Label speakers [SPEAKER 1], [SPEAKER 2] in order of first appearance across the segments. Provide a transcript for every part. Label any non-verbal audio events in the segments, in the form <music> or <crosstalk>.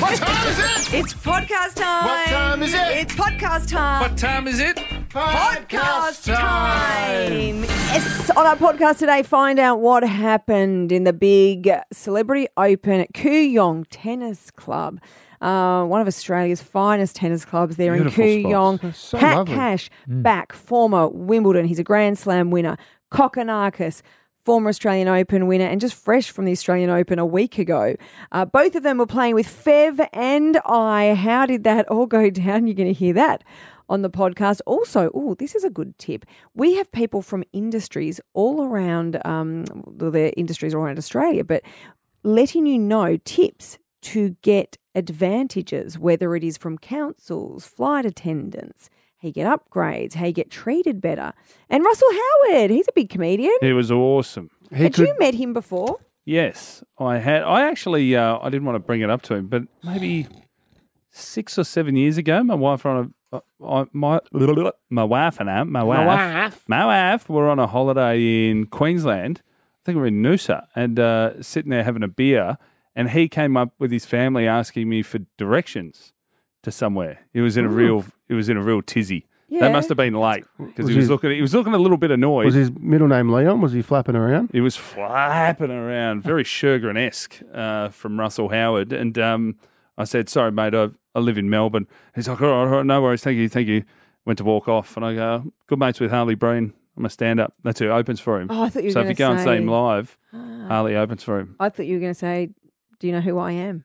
[SPEAKER 1] What time is it?
[SPEAKER 2] It's podcast time.
[SPEAKER 1] What time is it?
[SPEAKER 2] It's podcast time.
[SPEAKER 3] What time is it?
[SPEAKER 2] podcast time. Yes, on our podcast today, find out what happened in the big Celebrity Open at Kooyong Tennis Club. Uh, one of Australia's finest tennis clubs there
[SPEAKER 3] Beautiful
[SPEAKER 2] in
[SPEAKER 3] spots.
[SPEAKER 2] Kooyong.
[SPEAKER 1] That's so
[SPEAKER 2] Pat
[SPEAKER 1] lovely. Mm.
[SPEAKER 2] Cash, back, former Wimbledon. He's a Grand Slam winner. Kokonakis, former Australian Open winner, and just fresh from the Australian Open a week ago. Uh, both of them were playing with Fev and I. How did that all go <laughs> down? You're going to hear that on the podcast. Also, oh, this is a good tip. We have people from industries all around, um, well, their industries all around Australia, but letting you know tips to get advantages, whether it is from councils, flight attendants, how you get upgrades, how you get treated better. And Russell Howard, he's a big comedian.
[SPEAKER 3] It was awesome.
[SPEAKER 1] He
[SPEAKER 2] Had
[SPEAKER 1] could,
[SPEAKER 2] you met him before?
[SPEAKER 3] Yes, I had. I actually, uh, I didn't want to bring it up to him, but maybe six or seven years ago, my wife were on a, uh, I- my my wife and I, my wife,
[SPEAKER 1] wife.
[SPEAKER 3] my wife were on a holiday in Queensland. I think we were in Noosa and uh, sitting there having a beer, and he came up with his family asking me for directions to somewhere. He was in a real, he was in a real tizzy.
[SPEAKER 2] Yeah.
[SPEAKER 3] That must have been late because
[SPEAKER 1] Was
[SPEAKER 3] he was
[SPEAKER 1] he-
[SPEAKER 3] looking. He was looking a little bit annoyed.
[SPEAKER 1] was his middle name Leon? Was he flapping around?
[SPEAKER 3] It was flapping around, very Shergren esque uh, from Russell Howard. And um, I said, Sorry, mate, I, I live in Melbourne. He's like, all right, all right, no worries. Thank you, thank you. Went to walk off. And I go, Good mates with Harley Breen. I'm a stand up. That's who opens for him.
[SPEAKER 2] Oh, I thought you were
[SPEAKER 3] so if
[SPEAKER 2] gonna
[SPEAKER 3] you go and
[SPEAKER 2] say-
[SPEAKER 3] see him live,
[SPEAKER 2] Ah,
[SPEAKER 3] Harley opens for him.
[SPEAKER 2] I thought you were going to say, Do you know who I am?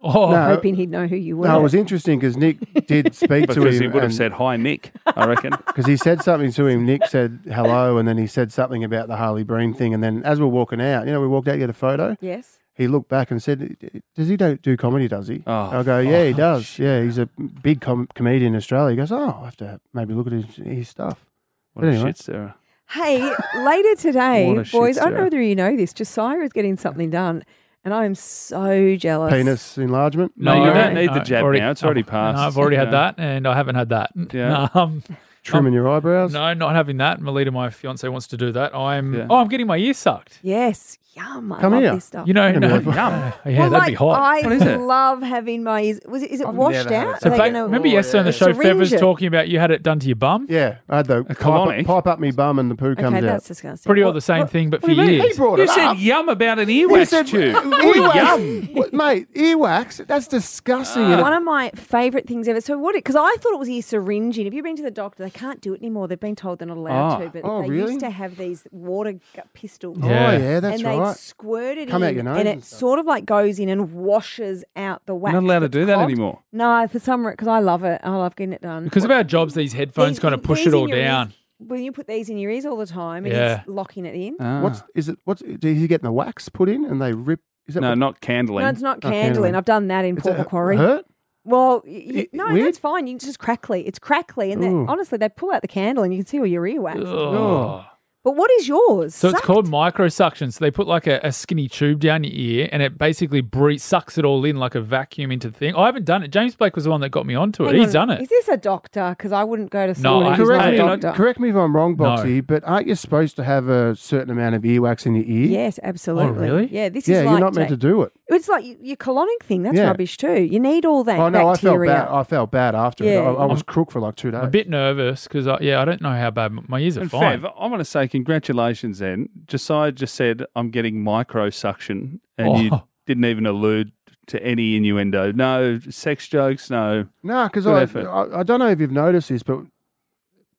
[SPEAKER 3] Oh,
[SPEAKER 1] No.
[SPEAKER 2] Hoping he'd know who you were.
[SPEAKER 1] No, it was interesting because Nick
[SPEAKER 3] <laughs>
[SPEAKER 1] did speak to him.
[SPEAKER 3] because he would have
[SPEAKER 1] and-
[SPEAKER 3] said, Hi, Nick, I
[SPEAKER 1] <laughs>
[SPEAKER 3] reckon.
[SPEAKER 1] Because he said something to him. Nick said hello, and then he said something about the Harley Breen thing. And then as we're walking out, you know, we walked out to get a photo.
[SPEAKER 2] yes.
[SPEAKER 1] He looked back and said, "Does he do, do comedy? Does he?"
[SPEAKER 3] Oh,
[SPEAKER 1] I go, "Yeah, he
[SPEAKER 3] oh,
[SPEAKER 1] does. Yeah, he's a big com- comedian in Australia." He goes, "Oh, I will have to maybe look at his, his stuff."
[SPEAKER 3] what a
[SPEAKER 1] Anyway.
[SPEAKER 3] shit, Sarah.
[SPEAKER 2] Hey, later today,
[SPEAKER 3] What a
[SPEAKER 2] boys,
[SPEAKER 3] shit
[SPEAKER 2] I don't know
[SPEAKER 3] show.
[SPEAKER 2] whether you know this, Josiah is getting something done, and I am so jealous.
[SPEAKER 1] Penis enlargement.
[SPEAKER 3] No,
[SPEAKER 2] you
[SPEAKER 3] you don't
[SPEAKER 2] don't
[SPEAKER 3] need the jab now. It's already
[SPEAKER 4] I've-
[SPEAKER 3] passed.
[SPEAKER 4] No, I've already had
[SPEAKER 3] Yeah.
[SPEAKER 4] that, and I haven't had that. <laughs>
[SPEAKER 3] Yeah.
[SPEAKER 4] Um,
[SPEAKER 1] trimming your eyebrows.
[SPEAKER 4] no, not having that. Melita, my fiance, wants to do that. I'm.
[SPEAKER 3] Yeah.
[SPEAKER 4] Oh, I'm getting my ear sucked.
[SPEAKER 2] Yes. Yum. I
[SPEAKER 1] Come
[SPEAKER 2] love
[SPEAKER 1] here.
[SPEAKER 2] this stuff.
[SPEAKER 4] You know,
[SPEAKER 1] Gonna
[SPEAKER 4] no,
[SPEAKER 1] be-
[SPEAKER 4] <laughs> yeah, yeah,
[SPEAKER 2] Well,
[SPEAKER 4] that'd
[SPEAKER 2] like,
[SPEAKER 4] be hot.
[SPEAKER 2] I
[SPEAKER 3] What is it?
[SPEAKER 2] love having my ears. Was it, is it
[SPEAKER 1] I've
[SPEAKER 2] washed
[SPEAKER 1] never had
[SPEAKER 2] out?
[SPEAKER 1] that.
[SPEAKER 4] So
[SPEAKER 2] Are they
[SPEAKER 4] back-
[SPEAKER 2] gonna-
[SPEAKER 4] remember yesterday on the show, Fev
[SPEAKER 2] syringe
[SPEAKER 4] was
[SPEAKER 2] it?
[SPEAKER 4] talking about you had it done to your bum.
[SPEAKER 1] Yeah, I had the pipe,
[SPEAKER 3] colonic.
[SPEAKER 1] pipe up me bum and the poo comes
[SPEAKER 2] Okay,
[SPEAKER 1] out.
[SPEAKER 2] that's disgusting.
[SPEAKER 4] Pretty well
[SPEAKER 2] What-
[SPEAKER 4] the same
[SPEAKER 2] what-
[SPEAKER 4] thing, but for
[SPEAKER 3] do you mean?
[SPEAKER 4] years.
[SPEAKER 1] He brought
[SPEAKER 3] You
[SPEAKER 1] it
[SPEAKER 3] said
[SPEAKER 1] up.
[SPEAKER 3] yum about an
[SPEAKER 1] He
[SPEAKER 3] earwax
[SPEAKER 1] said,
[SPEAKER 3] tube.
[SPEAKER 1] earwax. What- mate, earwax. That's disgusting. You know,
[SPEAKER 2] One of my favourite things ever. So what? Because I thought it was ear syringing. Have you been to the doctor? They can't do it anymore. They've been told they're not allowed
[SPEAKER 3] Ah.
[SPEAKER 2] to. But
[SPEAKER 1] Oh,
[SPEAKER 2] they
[SPEAKER 1] really?
[SPEAKER 2] used to have these water gu- pistols.
[SPEAKER 4] Yeah.
[SPEAKER 1] Oh yeah, that's
[SPEAKER 2] and
[SPEAKER 1] right.
[SPEAKER 2] they squirt it
[SPEAKER 1] Come
[SPEAKER 2] in,
[SPEAKER 1] out your nose
[SPEAKER 2] and
[SPEAKER 1] and
[SPEAKER 2] it
[SPEAKER 1] stuff.
[SPEAKER 2] sort of like goes in and washes out the wax.
[SPEAKER 3] not allowed to
[SPEAKER 2] that's
[SPEAKER 3] do that
[SPEAKER 2] clogged.
[SPEAKER 3] anymore.
[SPEAKER 2] No, for some reason, because I love it. I love getting it done.
[SPEAKER 4] Because of our jobs, these headphones
[SPEAKER 2] These-
[SPEAKER 4] kind of push
[SPEAKER 2] these
[SPEAKER 4] it
[SPEAKER 2] in
[SPEAKER 4] all
[SPEAKER 2] your ears-
[SPEAKER 4] down.
[SPEAKER 2] When you put these in your ears all the time, and
[SPEAKER 4] Yeah.
[SPEAKER 2] it's locking it in.
[SPEAKER 3] Ah.
[SPEAKER 1] What's is it? What's do you get the wax put in and they rip? Is that
[SPEAKER 3] no,
[SPEAKER 1] what,
[SPEAKER 3] not candling.
[SPEAKER 2] No, it's not
[SPEAKER 1] Oh, candling.
[SPEAKER 2] candling. I've done that in
[SPEAKER 1] is
[SPEAKER 2] Port
[SPEAKER 1] that
[SPEAKER 2] Macquarie.
[SPEAKER 1] Hurt?
[SPEAKER 2] Well, y- y-
[SPEAKER 1] It-
[SPEAKER 2] no,
[SPEAKER 1] weird?
[SPEAKER 2] that's fine. You just crackly. It's crackly, and they,
[SPEAKER 1] Ooh.
[SPEAKER 2] honestly, they pull out the candle, and you can see all your earwax.
[SPEAKER 3] Oh.
[SPEAKER 4] Ugh.
[SPEAKER 2] Oh. But what is yours?
[SPEAKER 4] So it's
[SPEAKER 2] Sucked.
[SPEAKER 4] called microsuction. So they put like a, a skinny tube down your ear, and it basically bre- sucks it all in like a vacuum into the thing. I haven't done it. James Blake was the one that got me onto it.
[SPEAKER 2] Hang
[SPEAKER 4] He's
[SPEAKER 2] on,
[SPEAKER 4] done it.
[SPEAKER 2] Is this a doctor? Because I wouldn't go to school.
[SPEAKER 4] I-
[SPEAKER 2] if he's
[SPEAKER 1] Correct,
[SPEAKER 2] not
[SPEAKER 3] Hey,
[SPEAKER 1] me,
[SPEAKER 2] a
[SPEAKER 3] you're not-
[SPEAKER 2] doctor.
[SPEAKER 1] correct me if I'm wrong, Boxy, but aren't you supposed to have a certain amount of earwax in your ear?
[SPEAKER 2] Yes, absolutely.
[SPEAKER 4] Oh, really?
[SPEAKER 2] Yeah, this
[SPEAKER 1] Yeah,
[SPEAKER 2] is
[SPEAKER 1] you're
[SPEAKER 2] like
[SPEAKER 1] not meant to do it.
[SPEAKER 2] It's like y- your colonic thing. That's
[SPEAKER 1] Yeah.
[SPEAKER 2] rubbish too. You need all that
[SPEAKER 1] oh no, I felt
[SPEAKER 2] bacteria.
[SPEAKER 1] bad. I felt bad after it.
[SPEAKER 2] Yeah.
[SPEAKER 1] I, I was crook for like two days.
[SPEAKER 4] I'm a bit nervous because I, yeah, I don't know how bad m- my ears are.
[SPEAKER 3] And
[SPEAKER 4] fine.
[SPEAKER 3] Fev, I want to say congratulations then. Josiah just said, I'm getting microsuction, and you
[SPEAKER 4] Oh.
[SPEAKER 3] didn't even allude to any innuendo. No sex jokes, no.
[SPEAKER 1] No, because
[SPEAKER 3] Good
[SPEAKER 1] I,
[SPEAKER 3] effort.
[SPEAKER 1] <laughs> I I don't know if you've noticed this, but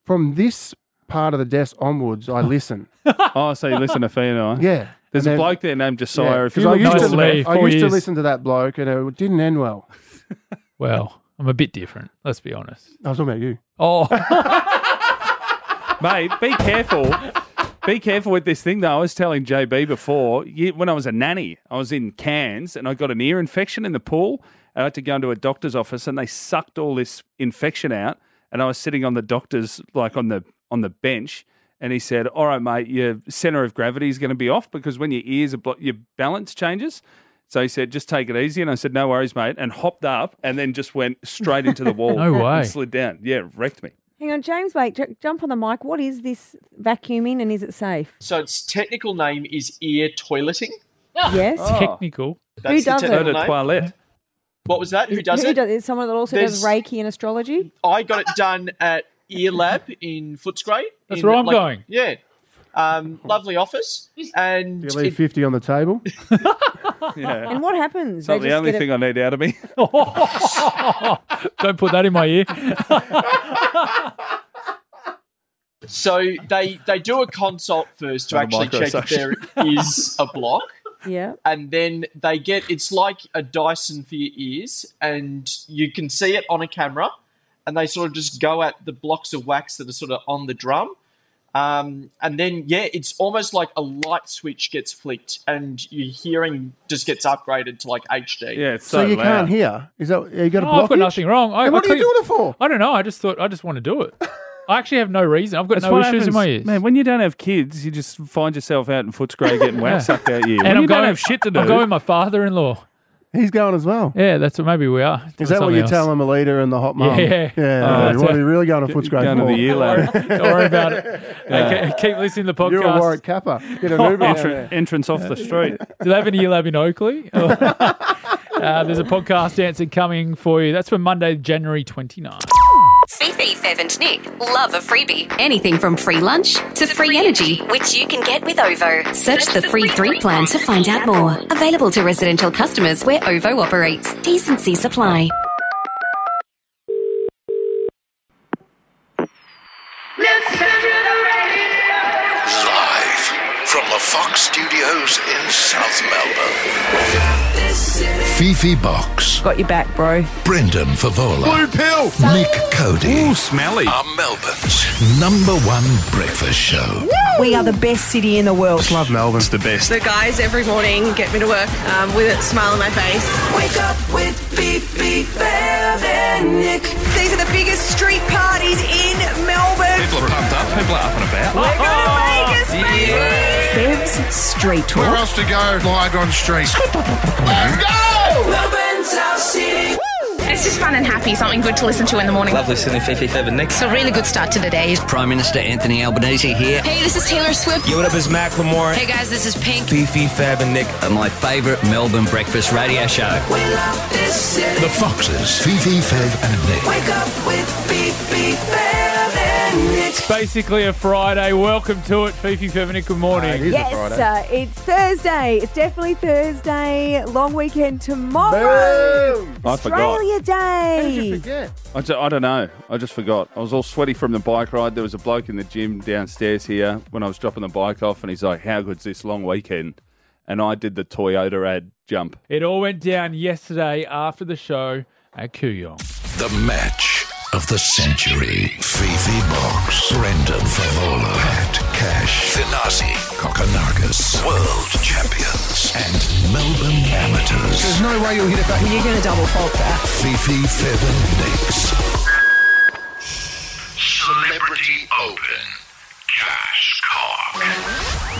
[SPEAKER 1] from this part of the desk onwards, I listen.
[SPEAKER 3] Oh, so you listen to Fee and I.
[SPEAKER 1] yeah,
[SPEAKER 3] There's
[SPEAKER 1] And
[SPEAKER 3] a
[SPEAKER 1] then-
[SPEAKER 3] bloke there named
[SPEAKER 1] Yeah,
[SPEAKER 3] Josiah. if
[SPEAKER 1] 'cause
[SPEAKER 3] you
[SPEAKER 1] I
[SPEAKER 3] look
[SPEAKER 1] used,
[SPEAKER 4] nice
[SPEAKER 1] to,
[SPEAKER 3] into that-
[SPEAKER 4] leave.
[SPEAKER 1] I
[SPEAKER 4] four
[SPEAKER 1] used to
[SPEAKER 4] years.
[SPEAKER 1] listen to that bloke, and it didn't end well.
[SPEAKER 4] Well, I'm a bit different. Let's be honest.
[SPEAKER 1] I was talking about you.
[SPEAKER 4] Oh,
[SPEAKER 3] Mate, be careful. Be careful with this thing, though. I was telling JB before, ye- when I was a nanny, I was in Cairns and I got an ear infection in the pool. And I had to go into a doctor's office and they sucked all this infection out. And I was sitting on the doctor's, like on the on the bench. And he said, All right, mate, your center of gravity is going to be off because when your ears are blocked, your balance changes. So he said, Just take it easy. And I said, No worries, mate. And hopped up and then just went straight into the wall.
[SPEAKER 4] <laughs> No way.
[SPEAKER 3] And slid down. Yeah, wrecked me.
[SPEAKER 2] Hang on, James Blake, j- jump on the mic. What is this vacuuming, and is it safe?
[SPEAKER 5] So its technical name is ear toileting.
[SPEAKER 2] Yes.
[SPEAKER 3] Oh.
[SPEAKER 4] technical.
[SPEAKER 5] That's
[SPEAKER 2] does
[SPEAKER 5] the
[SPEAKER 2] it?
[SPEAKER 3] Eau
[SPEAKER 5] technical
[SPEAKER 3] de
[SPEAKER 5] name.
[SPEAKER 3] toilette.
[SPEAKER 6] What was that? Who does
[SPEAKER 2] Who
[SPEAKER 6] it?
[SPEAKER 2] does, is someone that also does
[SPEAKER 6] There's-
[SPEAKER 2] Reiki and astrology?
[SPEAKER 6] I got it done at Ear Lab in Footscray.
[SPEAKER 4] That's
[SPEAKER 6] in,
[SPEAKER 4] where I'm going.
[SPEAKER 6] Yeah. Um, lovely office. And
[SPEAKER 7] You leave
[SPEAKER 6] it-
[SPEAKER 7] 50 on
[SPEAKER 4] <laughs>
[SPEAKER 7] the table.
[SPEAKER 3] <laughs> Yeah.
[SPEAKER 2] And what happens?
[SPEAKER 3] It's not the only
[SPEAKER 2] get a-
[SPEAKER 3] thing I need out of me.
[SPEAKER 4] <laughs> Don't put that in my ear.
[SPEAKER 6] so they they do a consult first to
[SPEAKER 3] On a
[SPEAKER 6] actually check if there
[SPEAKER 3] microsection.
[SPEAKER 6] is a block.
[SPEAKER 2] yeah.
[SPEAKER 6] And then they get it's like a Dyson for your ears, and you can see it on a camera. And they sort of just go at the blocks of wax that are sort of on the drum. Um, and then, yeah, it's almost like a light switch gets flicked, and your hearing just gets upgraded to like HD.
[SPEAKER 3] Yeah, it's
[SPEAKER 7] So,
[SPEAKER 3] so,
[SPEAKER 7] you
[SPEAKER 3] loud.
[SPEAKER 7] can't hear. Is that uh, you got a
[SPEAKER 4] No,
[SPEAKER 7] blockage?
[SPEAKER 4] Oh, I've got nothing wrong. I,
[SPEAKER 7] Then what
[SPEAKER 4] I
[SPEAKER 7] are you
[SPEAKER 4] couldn't-
[SPEAKER 7] doing it for?
[SPEAKER 4] I don't know. I just thought I just want to
[SPEAKER 7] <laughs>
[SPEAKER 4] do it. I actually have no reason. I've got
[SPEAKER 3] That's
[SPEAKER 4] no
[SPEAKER 3] what
[SPEAKER 4] issues in
[SPEAKER 3] happens.
[SPEAKER 4] my ears.
[SPEAKER 3] Man, when you don't have kids, you just find yourself out in
[SPEAKER 4] <laughs>
[SPEAKER 3] Footscray getting wax sucked out you. And when
[SPEAKER 4] I'm
[SPEAKER 3] you
[SPEAKER 4] going-
[SPEAKER 3] don't have shit to do.
[SPEAKER 4] I'm going with my father-in-law.
[SPEAKER 7] He's going as well.
[SPEAKER 4] Yeah, that's what maybe we are.
[SPEAKER 7] Is that what you tell
[SPEAKER 4] him?
[SPEAKER 7] him, Alita and the hot mum?
[SPEAKER 4] Yeah. Oh,
[SPEAKER 7] Yeah.
[SPEAKER 3] that's
[SPEAKER 7] what
[SPEAKER 3] it.
[SPEAKER 7] are you really going to Footscray
[SPEAKER 3] Going
[SPEAKER 7] for?
[SPEAKER 3] to the year lab.
[SPEAKER 4] Don't worry about it. <laughs> Okay, keep listening to the podcast.
[SPEAKER 7] You're a Warwick Kappa. Get an Uber down
[SPEAKER 3] Entran-
[SPEAKER 7] there.
[SPEAKER 3] entrance off the street.
[SPEAKER 4] Do they have an ear lab in <laughs> Oakley? uh, there's a podcast answer coming for you. That's for Monday, January 29.
[SPEAKER 8] Fifi, Fev, and Nick love a freebie. Anything from free lunch to free energy, which you can get with OVO. Search the free three plan to find out more. Available to residential customers where OVO operates. Decency supply.
[SPEAKER 9] Live from the Fox Studios in South Melbourne. Fifi Box,
[SPEAKER 2] Got your back, bro.
[SPEAKER 9] Brendan Favola, Blue Pill, Nick Cody. Ooh, smelly. Are Melbourne's number one breakfast show.
[SPEAKER 2] We are the best city in the world.
[SPEAKER 7] Love Melbourne.
[SPEAKER 9] The best.
[SPEAKER 10] The guys every morning get me to work um, with a smile on my face.
[SPEAKER 11] Wake up with Fifi, Bev, and Nick. These are the biggest street parties in Melbourne.
[SPEAKER 9] People are pumped up. People are up and
[SPEAKER 7] Oh,
[SPEAKER 9] about.
[SPEAKER 11] We're going to Vegas, baby.
[SPEAKER 8] Fev's Street
[SPEAKER 9] Where
[SPEAKER 8] Talk.
[SPEAKER 9] else to go? Lygon Street. Let's go!
[SPEAKER 11] Melbourne's our city.
[SPEAKER 5] It's just fun and happy, something good to listen to in the morning.
[SPEAKER 12] Love listening to Fifi Fab and Nick.
[SPEAKER 5] It's a really good start to the day.
[SPEAKER 12] Prime Minister Anthony Albanese here.
[SPEAKER 5] Hey, this is Taylor Swift.
[SPEAKER 12] What up, is Macklemore?
[SPEAKER 5] Hey guys, this is Pink.
[SPEAKER 12] Fifi Fab and Nick are my favourite Melbourne breakfast radio show.
[SPEAKER 11] We love this city.
[SPEAKER 9] The Foxes, Fifi Fab and Nick.
[SPEAKER 11] Wake up with Fifi, Bev, and Nick.
[SPEAKER 4] Basically a Friday. Welcome to it, Fifi Feminic. Good morning.
[SPEAKER 2] Yes, uh, it's Thursday. It's definitely Thursday. Long weekend tomorrow.
[SPEAKER 7] Boom!
[SPEAKER 3] I forgot.
[SPEAKER 2] Australia
[SPEAKER 7] You
[SPEAKER 2] Day.
[SPEAKER 7] forget.
[SPEAKER 3] I, ju- I don't know. I just forgot. I was all sweaty from the bike ride. There was a bloke in the gym downstairs here when I was dropping the bike off, and he's like, "How good's this long weekend?" And I did the Toyota ad jump.
[SPEAKER 4] It all went down yesterday after the show at Kooyong.
[SPEAKER 9] The match of the century. Fifi Box, Brendan Favola, Pat Cash, Thanasi, Kokonakis, world champions, and Melbourne amateurs. There's no way you'll hit it back. You're going to double fault that. Fifi Feather Mix. Celebrity Open. Cash Cock.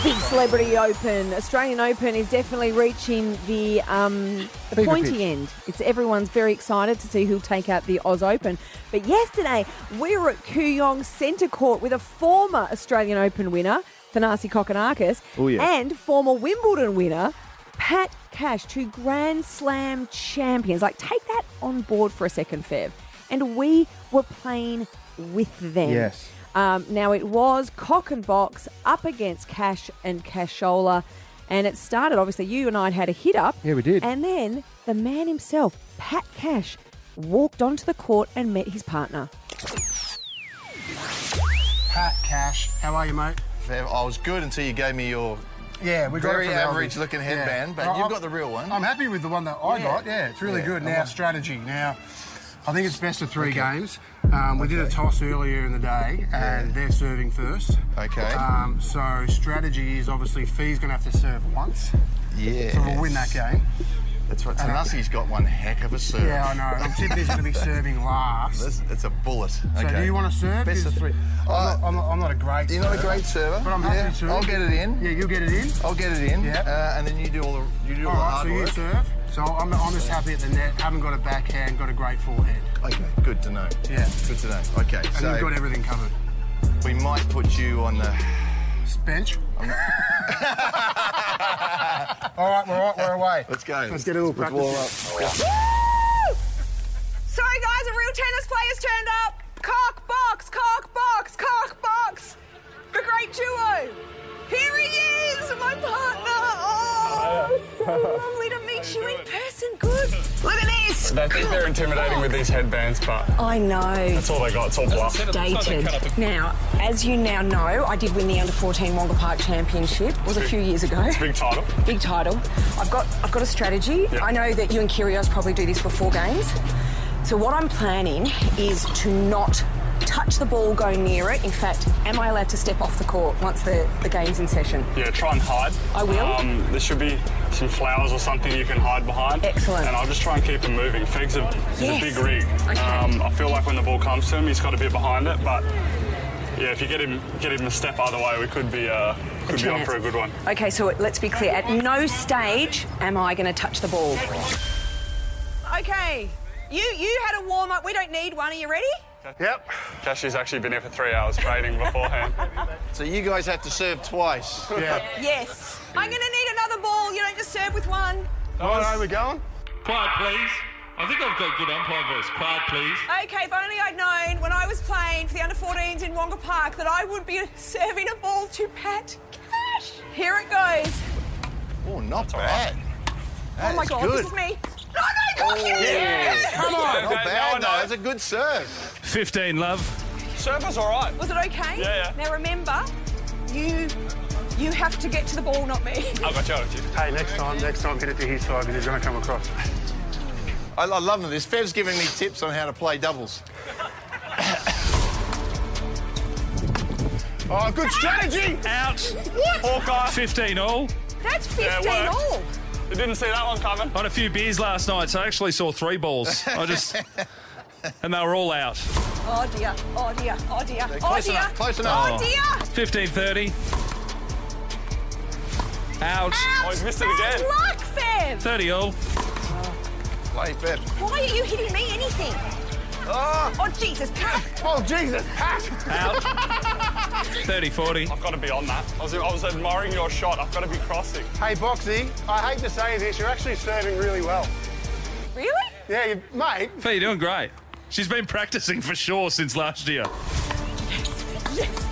[SPEAKER 2] Big Celebrity Open. Australian Open is definitely reaching the, um, the
[SPEAKER 7] Fever
[SPEAKER 2] pointy
[SPEAKER 7] pitch.
[SPEAKER 2] end. It's everyone's very excited to see who'll take out the Oz Open. But yesterday, we were at Kooyong Centre Court with a former Australian Open winner, Thanasi Kokonakis,
[SPEAKER 3] Oh, yeah.
[SPEAKER 2] and former Wimbledon winner, Pat Cash, two Grand Slam champions. Like, take that on board for a second, Fev. And we were playing with them.
[SPEAKER 7] Yes.
[SPEAKER 2] Um, now it was cock and box up against Cash and Cashola, and it started obviously. You and I had had a hit up.
[SPEAKER 7] Yeah, we did.
[SPEAKER 2] And then the man himself, Pat Cash, walked onto the court and met his partner.
[SPEAKER 1] Pat Cash. How are you, mate?
[SPEAKER 9] I was good until you gave me your.
[SPEAKER 1] Yeah, we got
[SPEAKER 9] Very
[SPEAKER 1] it from Aldi.
[SPEAKER 9] average looking headband, but
[SPEAKER 1] I-
[SPEAKER 9] you've
[SPEAKER 1] I'm-
[SPEAKER 9] got the real one.
[SPEAKER 1] I'm happy with the one that I
[SPEAKER 9] Yeah.
[SPEAKER 1] got. Yeah, it's really
[SPEAKER 9] Yeah,
[SPEAKER 1] good.
[SPEAKER 9] I'm
[SPEAKER 1] Now
[SPEAKER 9] not-
[SPEAKER 1] strategy. Now, I think it's best of three games. Um, we did a toss earlier in the day, and they're serving first.
[SPEAKER 9] Okay.
[SPEAKER 1] Um, so strategy is obviously Fee's going to have to serve once,
[SPEAKER 9] Yeah.
[SPEAKER 1] so we'll win that game.
[SPEAKER 9] That's right. Tanasi's got one heck of a serve.
[SPEAKER 1] Yeah, I know. I'm tipping he's going to
[SPEAKER 9] <laughs>
[SPEAKER 1] be serving last.
[SPEAKER 9] This, it's a bullet.
[SPEAKER 1] So do you want to serve?
[SPEAKER 9] Best of
[SPEAKER 1] 'Cause
[SPEAKER 9] three.
[SPEAKER 1] I'm, not, I'm, not, I'm not a great.
[SPEAKER 9] You're not a
[SPEAKER 1] server,
[SPEAKER 9] great server.
[SPEAKER 1] But I'm
[SPEAKER 9] Yeah,
[SPEAKER 1] happy to.
[SPEAKER 9] I'll get it in.
[SPEAKER 1] Yeah, you'll get it in.
[SPEAKER 9] I'll get it in.
[SPEAKER 1] Yeah.
[SPEAKER 9] Uh, and then you do all the you do all,
[SPEAKER 1] All
[SPEAKER 9] the hard
[SPEAKER 1] right, so you
[SPEAKER 9] work.
[SPEAKER 1] serve. So I'm, I'm just happy at the net. Haven't got a backhand. Got a great forehand.
[SPEAKER 9] Okay. Good to know.
[SPEAKER 1] Yeah.
[SPEAKER 9] Good to know. Okay.
[SPEAKER 1] And
[SPEAKER 9] so
[SPEAKER 1] you've got everything covered.
[SPEAKER 9] we might put you on the.
[SPEAKER 1] Bench. <laughs> all right, we're, all- we're away.
[SPEAKER 9] Let's go.
[SPEAKER 1] Let's get a little
[SPEAKER 9] Let's
[SPEAKER 1] practice.
[SPEAKER 9] warm up.
[SPEAKER 2] professional tennis players turned up. Cock box, cock box, cock box. The great duo. Here he is, my partner. Oh, so lovely to meet you in person. Good. Look at this.
[SPEAKER 13] They think they're intimidating with these headbands, but
[SPEAKER 2] I know.
[SPEAKER 13] that's all they got. It's all bluff.
[SPEAKER 2] Dated. Now, as you now know, I did win the under 14 Wonga Park Championship. It was a few years ago.
[SPEAKER 13] It's
[SPEAKER 2] <laughs>
[SPEAKER 13] a big title.
[SPEAKER 2] Big title. I've got I've got a strategy.
[SPEAKER 13] Yeah.
[SPEAKER 2] I know that you and Kyrgios probably do this before games. So what I'm planning is to not touch the ball, go near it. In fact, am I allowed to step off the court once the, the game's in session?
[SPEAKER 13] Yeah, try and hide.
[SPEAKER 2] I will.
[SPEAKER 13] Um, there should be some flowers or something you can hide behind.
[SPEAKER 2] Excellent.
[SPEAKER 13] And I'll just try and keep him moving. Feg's a, he's
[SPEAKER 2] Yes.
[SPEAKER 13] a big rig.
[SPEAKER 2] Okay.
[SPEAKER 13] Um, I feel like when the ball comes to him, he's got a bit behind it, but yeah, if you get him get him a step either way, we could be uh, could be on
[SPEAKER 2] chance.
[SPEAKER 13] for a good one.
[SPEAKER 2] Okay, so let's be clear. At no stage am I going to touch the ball. Okay, you you had a warm up. We don't need one. Are you ready?
[SPEAKER 13] Yep. Cashy's actually been here for three hours training <laughs> beforehand.
[SPEAKER 7] So you guys have to serve twice.
[SPEAKER 2] Yes. I'm going to need another ball. You don't just serve with one.
[SPEAKER 7] All right, we're going.
[SPEAKER 14] Quiet, please. I think I've got good umpire voice. Quiet, please.
[SPEAKER 2] Okay, if only I'd known when I was playing for the under 14s in Wonga Park that I would be serving a ball to Pat Cash. Here it goes.
[SPEAKER 7] Oh, not bad. That
[SPEAKER 2] oh my
[SPEAKER 7] is
[SPEAKER 2] god,
[SPEAKER 7] good.
[SPEAKER 2] this is me. No, no,
[SPEAKER 3] Oh,
[SPEAKER 2] cocky!
[SPEAKER 7] Yes. Come on.
[SPEAKER 14] Okay,
[SPEAKER 7] Not bad,
[SPEAKER 14] no, I
[SPEAKER 7] though.
[SPEAKER 14] know.
[SPEAKER 7] That's a good serve.
[SPEAKER 14] 15, love.
[SPEAKER 13] Serve was all right.
[SPEAKER 2] Was it okay?
[SPEAKER 13] Yeah, yeah.
[SPEAKER 2] Now remember, you you have to get to the ball, not me.
[SPEAKER 13] I got you.
[SPEAKER 1] Hey, next time, next time, hit it to his side because he's going to come across.
[SPEAKER 7] I, I love this. Fev's giving me tips on how to play doubles.
[SPEAKER 13] Oh, good strategy. Out.
[SPEAKER 2] What?
[SPEAKER 13] Hawkeye. 15 all.
[SPEAKER 2] That's 15
[SPEAKER 13] Yeah, it worked.
[SPEAKER 2] all.
[SPEAKER 13] I didn't see that one coming.
[SPEAKER 3] I had a few beers last night, so I actually saw three balls. I just and they were all out.
[SPEAKER 2] Oh dear, oh dear, oh dear, oh
[SPEAKER 3] close
[SPEAKER 2] dear.
[SPEAKER 3] enough, close enough.
[SPEAKER 2] Oh dear.
[SPEAKER 3] 15:30. Out.
[SPEAKER 13] Oh, he's missed it
[SPEAKER 2] Bad
[SPEAKER 13] again. Oh.
[SPEAKER 2] luck, Feb.
[SPEAKER 3] 30 all.
[SPEAKER 7] Play Feb.
[SPEAKER 2] Why are you hitting me anything? Oh, Jesus, Pat.
[SPEAKER 7] Ah. Oh, Jesus, Pat. <laughs>
[SPEAKER 2] Out.
[SPEAKER 3] 30 40.
[SPEAKER 13] I've got to be on that. I was, I was admiring your shot. I've got to be crossing.
[SPEAKER 1] Hey, Boxy, I hate to say this, you're actually serving really well.
[SPEAKER 2] Really?
[SPEAKER 1] Yeah, you, mate.
[SPEAKER 3] Fee, you're doing great. She's been practicing for sure since last year.
[SPEAKER 2] Yes.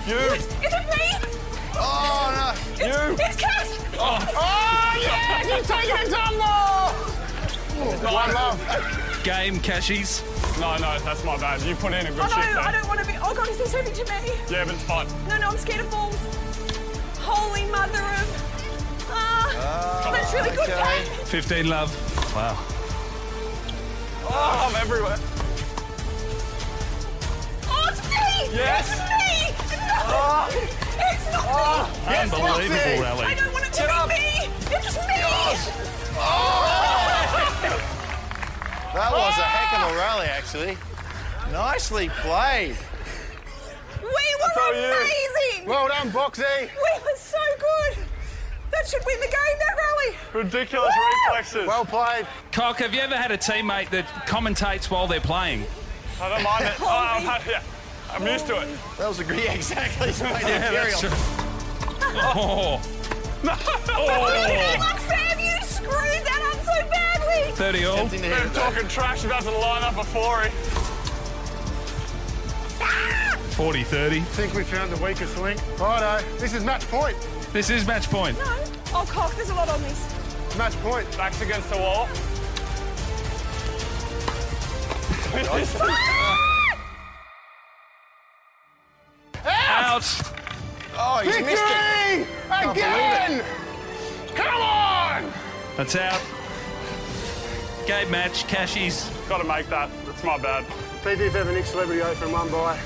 [SPEAKER 3] You.
[SPEAKER 2] Yes. Is it me?
[SPEAKER 7] Oh, no.
[SPEAKER 2] It's,
[SPEAKER 7] You.
[SPEAKER 2] It's Cash.
[SPEAKER 7] Oh. Oh, yeah, <laughs> you take it to
[SPEAKER 2] more.
[SPEAKER 13] One love.
[SPEAKER 3] Game cashies.
[SPEAKER 13] No, no, that's my bad. You put in a good
[SPEAKER 2] I
[SPEAKER 13] shift there.
[SPEAKER 2] know, I don't want to be. Oh god, is there something too many?
[SPEAKER 13] Yeah, but it's fine.
[SPEAKER 2] No, no, I'm scared of balls. Holy mother of. Ah, that's really good,
[SPEAKER 7] okay.
[SPEAKER 2] Kate.
[SPEAKER 3] 15 love. Wow.
[SPEAKER 13] Oh, I'm everywhere.
[SPEAKER 2] Oh, it's me.
[SPEAKER 13] Yes.
[SPEAKER 2] It's me. No.
[SPEAKER 7] Ah.
[SPEAKER 2] It's not me.
[SPEAKER 3] Yes, Unbelievable, Roxy. Ellie.
[SPEAKER 2] I don't want it to be me. It's me.
[SPEAKER 7] That was a heck of a rally, actually. Nicely played.
[SPEAKER 2] We were amazing.
[SPEAKER 7] Well done, Boxy.
[SPEAKER 2] We were so good. That should win the game, that rally.
[SPEAKER 13] Ridiculous reflexes. Well
[SPEAKER 7] played.
[SPEAKER 3] Cock, have you ever had a teammate that commentates while they're playing?
[SPEAKER 13] I don't
[SPEAKER 2] <laughs>
[SPEAKER 13] mind it. Oh, I'm,
[SPEAKER 2] Holy-
[SPEAKER 13] happy. yeah, I'm used to it.
[SPEAKER 7] That
[SPEAKER 15] <laughs>
[SPEAKER 7] was
[SPEAKER 2] <laughs>
[SPEAKER 7] a great, exactly.
[SPEAKER 3] <laughs> yeah, that's true.
[SPEAKER 2] <laughs>
[SPEAKER 3] Oh,
[SPEAKER 2] Good luck, Sam. You screwed that up so badly.
[SPEAKER 3] 30 all.
[SPEAKER 13] Been talking trash about the lineup before. eh?
[SPEAKER 3] 40 30.
[SPEAKER 1] think we found the weakest link. Righto, this is match point.
[SPEAKER 3] This is match point.
[SPEAKER 2] No. Oh, cock, there's a lot on this.
[SPEAKER 1] Match point.
[SPEAKER 13] Backs against the wall.
[SPEAKER 2] Ah!
[SPEAKER 3] Out.
[SPEAKER 7] Oh, he's missed it. Can't believe
[SPEAKER 1] Again!
[SPEAKER 13] Come on!
[SPEAKER 3] That's out. Game match, cashies.
[SPEAKER 13] Got to make that. That's my bad.
[SPEAKER 1] PV Feather Nick Celebrity Open, one by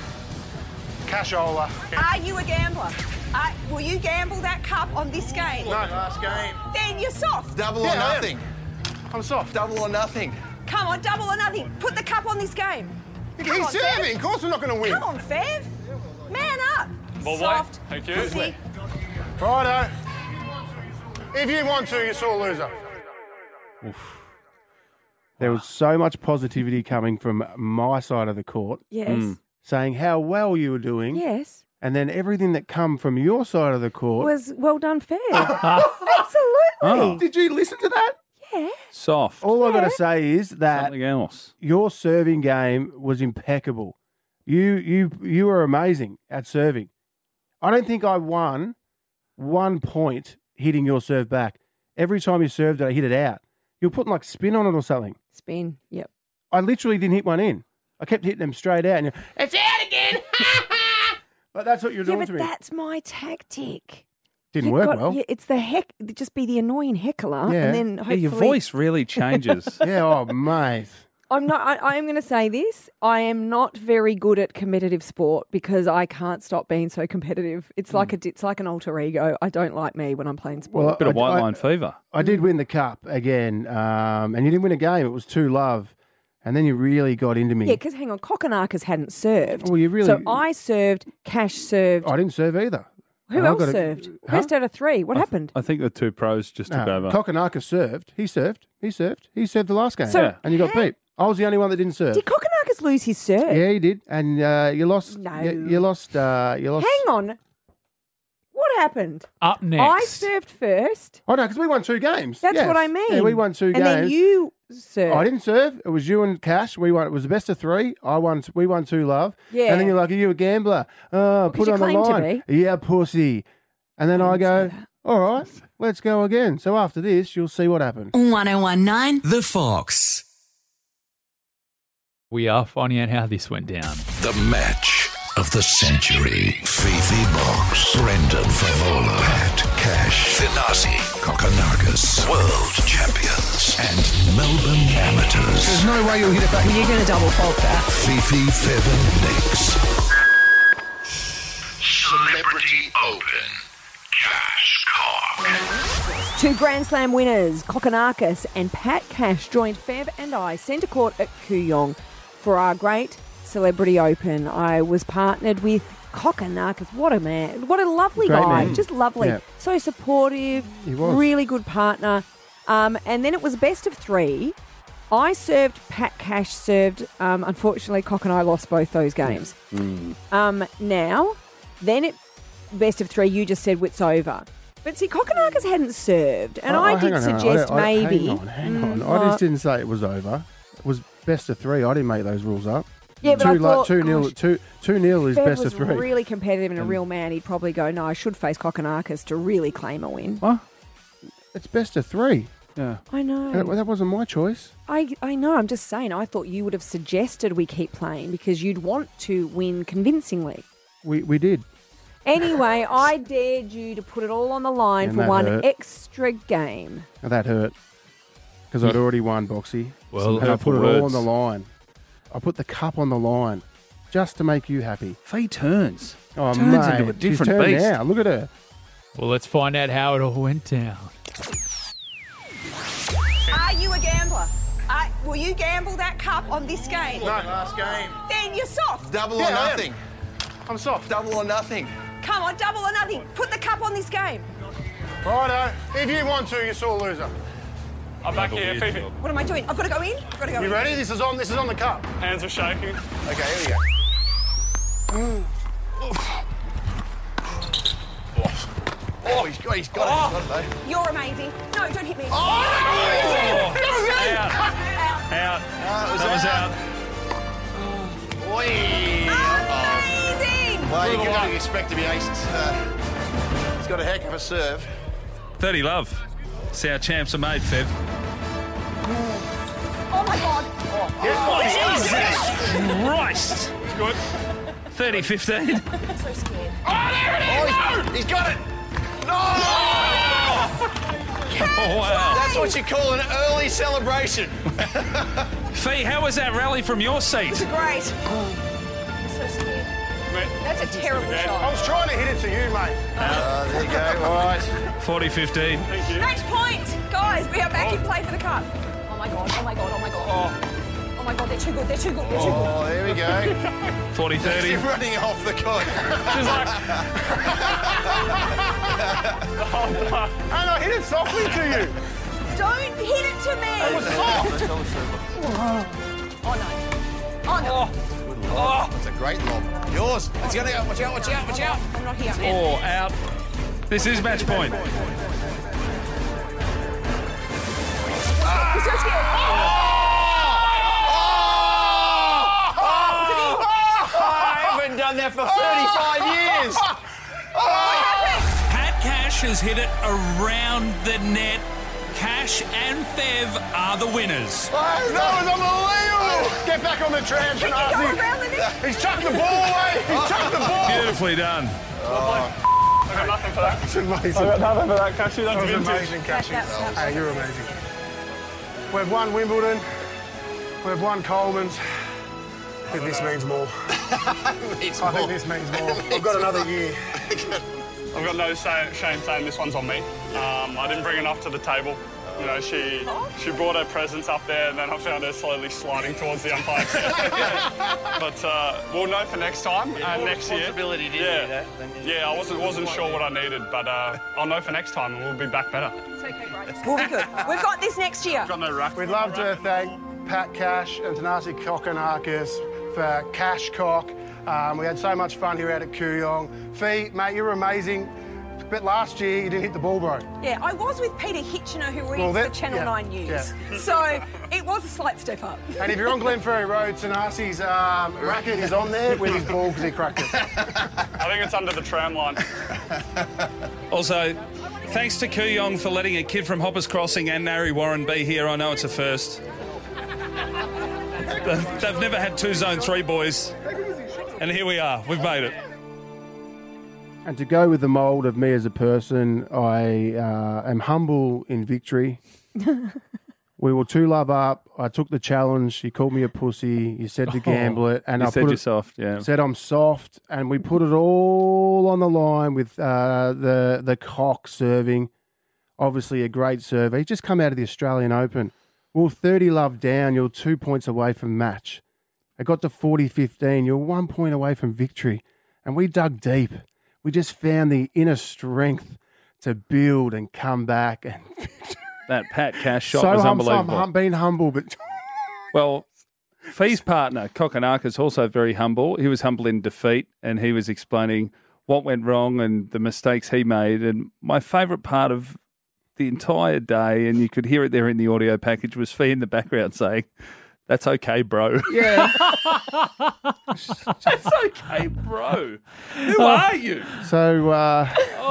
[SPEAKER 1] Cashola.
[SPEAKER 2] Are you a gambler? Uh, will you gamble that cup on this game?
[SPEAKER 1] No. Last game.
[SPEAKER 2] Then you're soft.
[SPEAKER 7] Double
[SPEAKER 1] Yeah,
[SPEAKER 7] or
[SPEAKER 1] I am.
[SPEAKER 7] nothing.
[SPEAKER 1] I'm soft.
[SPEAKER 7] Double or nothing.
[SPEAKER 2] Come on, double or nothing. Put the cup on this game.
[SPEAKER 7] He's
[SPEAKER 2] Come on, Fev.
[SPEAKER 7] serving. Of course we're not going to win.
[SPEAKER 2] Come on, Fev. Man up.
[SPEAKER 7] Ball white.
[SPEAKER 2] soft.
[SPEAKER 7] Thank you.
[SPEAKER 2] Pussy.
[SPEAKER 1] Righto. If you want to, you're sore loser.
[SPEAKER 16] There was so much positivity coming from my side of the court.
[SPEAKER 17] Yes. Mm.
[SPEAKER 16] Saying how well you were doing.
[SPEAKER 17] Yes.
[SPEAKER 16] And then everything that come from your side of the court.
[SPEAKER 1] <laughs>
[SPEAKER 17] Was well done, fair. Absolutely.
[SPEAKER 1] Oh.
[SPEAKER 16] Did you listen to that?
[SPEAKER 3] Soft.
[SPEAKER 1] All I've got to say is that
[SPEAKER 3] Something else.
[SPEAKER 1] your serving game was impeccable. You you you were amazing at serving. I don't think I won one point hitting your serve back. Every time you served it, I hit it out. You're putting like spin on it or something.
[SPEAKER 2] Spin. Yep.
[SPEAKER 1] I literally didn't hit one in. I kept hitting them straight out. And you're, it's out
[SPEAKER 2] <laughs>
[SPEAKER 1] again. but that's what you're
[SPEAKER 2] Yeah,
[SPEAKER 1] doing
[SPEAKER 2] but
[SPEAKER 1] to me.
[SPEAKER 2] that's my tactic.
[SPEAKER 1] Didn't
[SPEAKER 2] You've
[SPEAKER 1] work
[SPEAKER 2] got-
[SPEAKER 1] well.
[SPEAKER 2] yeah, it's the heck. Just be the annoying heckler,
[SPEAKER 1] Yeah.
[SPEAKER 2] and then
[SPEAKER 1] Yeah,
[SPEAKER 2] hopefully
[SPEAKER 1] your
[SPEAKER 3] Voice really changes.
[SPEAKER 1] <laughs> yeah. Oh mate.
[SPEAKER 2] I'm not. I, I am going to say this. I am not very good at competitive sport because I can't stop being so competitive. It's like a. It's like an alter ego. I don't like me when I'm playing sport.
[SPEAKER 1] Hmm. Well,
[SPEAKER 3] Bit of
[SPEAKER 1] I-
[SPEAKER 3] white
[SPEAKER 1] I-
[SPEAKER 3] line fever.
[SPEAKER 1] I did win the cup again, um, and you didn't win a game. It was two love, and then you really got into me.
[SPEAKER 2] Yeah, because hang on, Kokonakis hadn't served.
[SPEAKER 1] Well, you really-
[SPEAKER 2] So I served. Cash served.
[SPEAKER 1] I didn't serve either.
[SPEAKER 2] Who
[SPEAKER 1] And I
[SPEAKER 2] else
[SPEAKER 1] got a-
[SPEAKER 2] served? Best out of three. What happened?
[SPEAKER 3] I think the two pros just took
[SPEAKER 1] No,
[SPEAKER 3] over.
[SPEAKER 1] Kokonakis served. He served. He served. He served the last game.
[SPEAKER 2] So- Yeah.
[SPEAKER 1] and you got beat. I was the only one that didn't serve.
[SPEAKER 2] Did Kokonakis lose his serve?
[SPEAKER 1] yeah, he did, and uh, you lost.
[SPEAKER 2] No.
[SPEAKER 1] You, you lost. Uh, you lost.
[SPEAKER 2] Hang on. What happened?
[SPEAKER 4] Up
[SPEAKER 2] I served first.
[SPEAKER 1] Oh no, because we won two games.
[SPEAKER 2] That's
[SPEAKER 1] Yes.
[SPEAKER 2] what I mean.
[SPEAKER 1] Yeah, we won two
[SPEAKER 2] And
[SPEAKER 1] games.
[SPEAKER 2] then you served.
[SPEAKER 1] I didn't serve. It was you and Cash. We won. It was the best of three. I won. We won two love.
[SPEAKER 2] Yeah.
[SPEAKER 1] And then you're like, "Are you a gambler? Uh, put
[SPEAKER 2] you
[SPEAKER 1] on the
[SPEAKER 2] claim to
[SPEAKER 1] line. Yeah, pussy." And then I, go, "All right, let's go again." So after this, you'll see what happens.
[SPEAKER 8] 1019.
[SPEAKER 11] The Fox.
[SPEAKER 4] We are finding out how this went down.
[SPEAKER 9] The match of the century. Fifi Box, Brendan Favola, Pat Cash, Thanasi Kokonakis, world champions, and Melbourne amateurs. There's no way you'll hit it back.
[SPEAKER 18] You're going to double fault that.
[SPEAKER 9] Fifi Feather Nicks. Celebrity Open. Cash Cock.
[SPEAKER 2] Two Grand Slam winners, Kokonakis and Pat Cash, joined Fev and I centre court at Kooyong for our great Celebrity Open. I was partnered with Kokonakis. What a man. What a lovely
[SPEAKER 19] Great
[SPEAKER 2] guy.
[SPEAKER 19] man.
[SPEAKER 2] Just lovely.
[SPEAKER 19] Yeah.
[SPEAKER 2] So supportive.
[SPEAKER 19] He was.
[SPEAKER 2] Really good partner. Um, and then it was best of three. I served, Pat Cash served. Um, unfortunately, Cock and I lost both those games.
[SPEAKER 4] Mm.
[SPEAKER 2] Um, now, then it best of three. You just said it's over, but see, Kokonakis hadn't served, and
[SPEAKER 1] Oh,
[SPEAKER 2] I
[SPEAKER 1] oh, hang
[SPEAKER 2] did
[SPEAKER 1] on, hang on. I
[SPEAKER 2] suggest
[SPEAKER 1] don't- I- hang
[SPEAKER 2] maybe.
[SPEAKER 1] on, hang on.
[SPEAKER 2] Mm,
[SPEAKER 1] I
[SPEAKER 2] uh,
[SPEAKER 1] just didn't say it was over. It was best of three. I didn't make those rules up.
[SPEAKER 2] Yeah, but
[SPEAKER 1] two
[SPEAKER 2] I
[SPEAKER 1] lo-
[SPEAKER 2] thought,
[SPEAKER 1] two nil.
[SPEAKER 2] gosh,
[SPEAKER 1] Two two nil is
[SPEAKER 2] Fev
[SPEAKER 1] best
[SPEAKER 2] was
[SPEAKER 1] of three.
[SPEAKER 2] really competitive and a real man. He'd probably go, "No, I should face Kokonakis to really claim a win."
[SPEAKER 1] It's best of three.
[SPEAKER 3] Yeah.
[SPEAKER 2] I know.
[SPEAKER 1] That, that wasn't my choice.
[SPEAKER 2] I, I know. I'm just saying. I thought you would have suggested we keep playing because you'd want to win convincingly.
[SPEAKER 1] We we did. <laughs>
[SPEAKER 2] Anyway, I dared you to put it all on the line
[SPEAKER 1] And
[SPEAKER 2] for
[SPEAKER 1] that
[SPEAKER 2] one
[SPEAKER 1] hurt.
[SPEAKER 2] extra game.
[SPEAKER 1] Now that hurt because I'd already won boxy.
[SPEAKER 3] Well,
[SPEAKER 1] and I
[SPEAKER 3] hurtful
[SPEAKER 1] put it all on
[SPEAKER 3] words.
[SPEAKER 1] the line. I put the cup on the line just to make you happy.
[SPEAKER 3] Fee turns.
[SPEAKER 1] Oh,
[SPEAKER 3] Turns
[SPEAKER 1] mate,
[SPEAKER 3] into a
[SPEAKER 1] she's
[SPEAKER 3] different
[SPEAKER 1] turned
[SPEAKER 3] beast.
[SPEAKER 1] now. Look at her.
[SPEAKER 4] Well, let's find out how it all went down.
[SPEAKER 7] Are you a gambler? Are, will you gamble that cup on this game?
[SPEAKER 15] No. Last game.
[SPEAKER 7] Then you're soft.
[SPEAKER 15] Double or nothing. I'm soft. Double or nothing.
[SPEAKER 7] Come on, double or nothing. Put the cup on this game.
[SPEAKER 20] Righto. If you want to, you're still a loser.
[SPEAKER 13] I'm back here, Fifi.
[SPEAKER 7] What am I doing? I've got to go in. I've got to go in.
[SPEAKER 20] You ready? This is on. This is on the cup.
[SPEAKER 13] Hands are shaking.
[SPEAKER 15] Okay, here we go. Oh, he's got, he's got it. He's got it, though.
[SPEAKER 7] You're amazing. No, don't hit me. <laughs>
[SPEAKER 15] Oh!
[SPEAKER 7] No, really.
[SPEAKER 15] Out.
[SPEAKER 13] Out.
[SPEAKER 15] That was, out. Oi.
[SPEAKER 7] Amazing.
[SPEAKER 15] Well, you don't expect to be aced. Uh, he's got a heck of a serve.
[SPEAKER 3] 30 love. See how champs are made, Fev.
[SPEAKER 7] Oh my god. Oh,
[SPEAKER 3] Jesus Christ.
[SPEAKER 13] It's good.
[SPEAKER 3] 30 15.
[SPEAKER 7] I'm so scared.
[SPEAKER 15] Oh, he's, he's got it. No! Oh, That's what you call an early celebration.
[SPEAKER 3] <laughs> Fee, how was that rally from your
[SPEAKER 7] It's
[SPEAKER 3] seat?
[SPEAKER 7] great. I'm so scared. That's a terrible shot.
[SPEAKER 20] I was trying to hit it to you, mate.
[SPEAKER 15] Uh, there you go. All right.
[SPEAKER 3] 40 15.
[SPEAKER 7] Match point, guys. We are back in play for the cup. Oh my god. Oh my god. Oh my god. Oh, my god. They're too good. They're too good. They're too good.
[SPEAKER 15] Oh, there we go.
[SPEAKER 3] 40 30.
[SPEAKER 15] <laughs> He's running off the
[SPEAKER 20] <laughs>
[SPEAKER 15] court.
[SPEAKER 13] She's
[SPEAKER 15] <laughs>
[SPEAKER 13] like,
[SPEAKER 20] And I hit it softly to you.
[SPEAKER 7] Don't hit it to me.
[SPEAKER 20] It was soft.
[SPEAKER 7] Oh no.
[SPEAKER 15] Oh, that's a great lob. Yours. It's gonna go. Watch out! Watch out! Watch out!
[SPEAKER 7] I'm not here.
[SPEAKER 3] Or out. This is match point.
[SPEAKER 15] Oh,
[SPEAKER 7] He's so scared.
[SPEAKER 15] I haven't done that for 35 years.
[SPEAKER 21] Pat Cash has hit it around the net. Cash and Fev are the winners.
[SPEAKER 15] That was unbelievable. Get back on the tram,
[SPEAKER 7] Can you go
[SPEAKER 15] Shanasi.
[SPEAKER 7] around the net?
[SPEAKER 15] He's chucked the ball away. He's chucked the ball.
[SPEAKER 21] Beautifully done.
[SPEAKER 13] I got nothing for that.
[SPEAKER 20] It's amazing.
[SPEAKER 13] I got nothing for that, Cashew.
[SPEAKER 20] That
[SPEAKER 13] That's
[SPEAKER 20] was
[SPEAKER 13] vintage.
[SPEAKER 20] amazing, Cashy. Hey, you're amazing. We've won Wimbledon. We've won Coleman's. I think this means
[SPEAKER 7] <laughs>
[SPEAKER 20] more. I think this means more. I've got another year.
[SPEAKER 13] I've got no say, shame saying this one's on me. Um, I didn't bring enough to the table. You know, she she brought her presence up there, and then I found her slowly sliding towards the umpire chair. <laughs> But uh, we'll know for next time
[SPEAKER 15] Yeah,
[SPEAKER 13] and
[SPEAKER 15] more
[SPEAKER 13] next year.
[SPEAKER 15] responsibility, didn't you,
[SPEAKER 13] yeah.
[SPEAKER 15] that,
[SPEAKER 13] yeah, I wasn't wasn't sure what I needed, but uh, I'll know for next time, and we'll be back better.
[SPEAKER 7] It's okay, right? We'll be good. We've got this next year.
[SPEAKER 20] We'd love to thank Pat Cash and Tanasi Kokonakis for Cash Cock. Um, we had so much fun here out at Kooyong. Fee, mate, you were amazing. But last year you didn't hit the ball, bro.
[SPEAKER 7] Yeah, I was with Peter Hitchener, who reads
[SPEAKER 20] Well, that-
[SPEAKER 7] the Channel
[SPEAKER 20] yeah,
[SPEAKER 7] 9 News.
[SPEAKER 20] yeah.
[SPEAKER 7] <laughs> So it was a slight step up.
[SPEAKER 20] And if you're on Glenferrie Road, Tanasi's um, racket is on there with his ball because he cracked it.
[SPEAKER 13] I think it's under the tram line.
[SPEAKER 21] Also, thanks to Kuyong for letting a kid from Hoppers Crossing and Nari Warren be here. I know it's a first. They've they've never had two zone three boys. And here we are. We've made it.
[SPEAKER 1] And to go with the mold of me as a person, I uh, am humble in victory. we will two love up. I took the challenge. You called me a pussy. You said to gamble it, and
[SPEAKER 3] Oh, You
[SPEAKER 1] I
[SPEAKER 3] said
[SPEAKER 1] put
[SPEAKER 3] you're
[SPEAKER 1] it,
[SPEAKER 3] soft, yeah.
[SPEAKER 1] Said I'm soft, and we put it all on the line with uh, the the cock serving. Obviously, a great serve. He's just come out of the Australian Open. Well, 30 love down. You're two points away from match. It got to 40 15. You're one point away from victory. And we dug deep. We just found the inner strength to build and come back. And
[SPEAKER 3] That Pat Cash shot
[SPEAKER 1] so
[SPEAKER 3] was
[SPEAKER 1] hum- so I'm
[SPEAKER 3] unbelievable.
[SPEAKER 1] hum- being humble, but
[SPEAKER 3] Well, Fee's partner, Kokonakis, also very humble. He was humble in defeat and he was explaining what went wrong and the mistakes he made. And my favourite part of the entire day, and you could hear it there in the audio package, was Fee in the background saying, That's okay, bro. <laughs>
[SPEAKER 1] yeah.
[SPEAKER 3] That's okay, bro. <laughs>
[SPEAKER 1] Oh.
[SPEAKER 3] Who are you?
[SPEAKER 1] <laughs>
[SPEAKER 3] Oh,
[SPEAKER 1] So uh,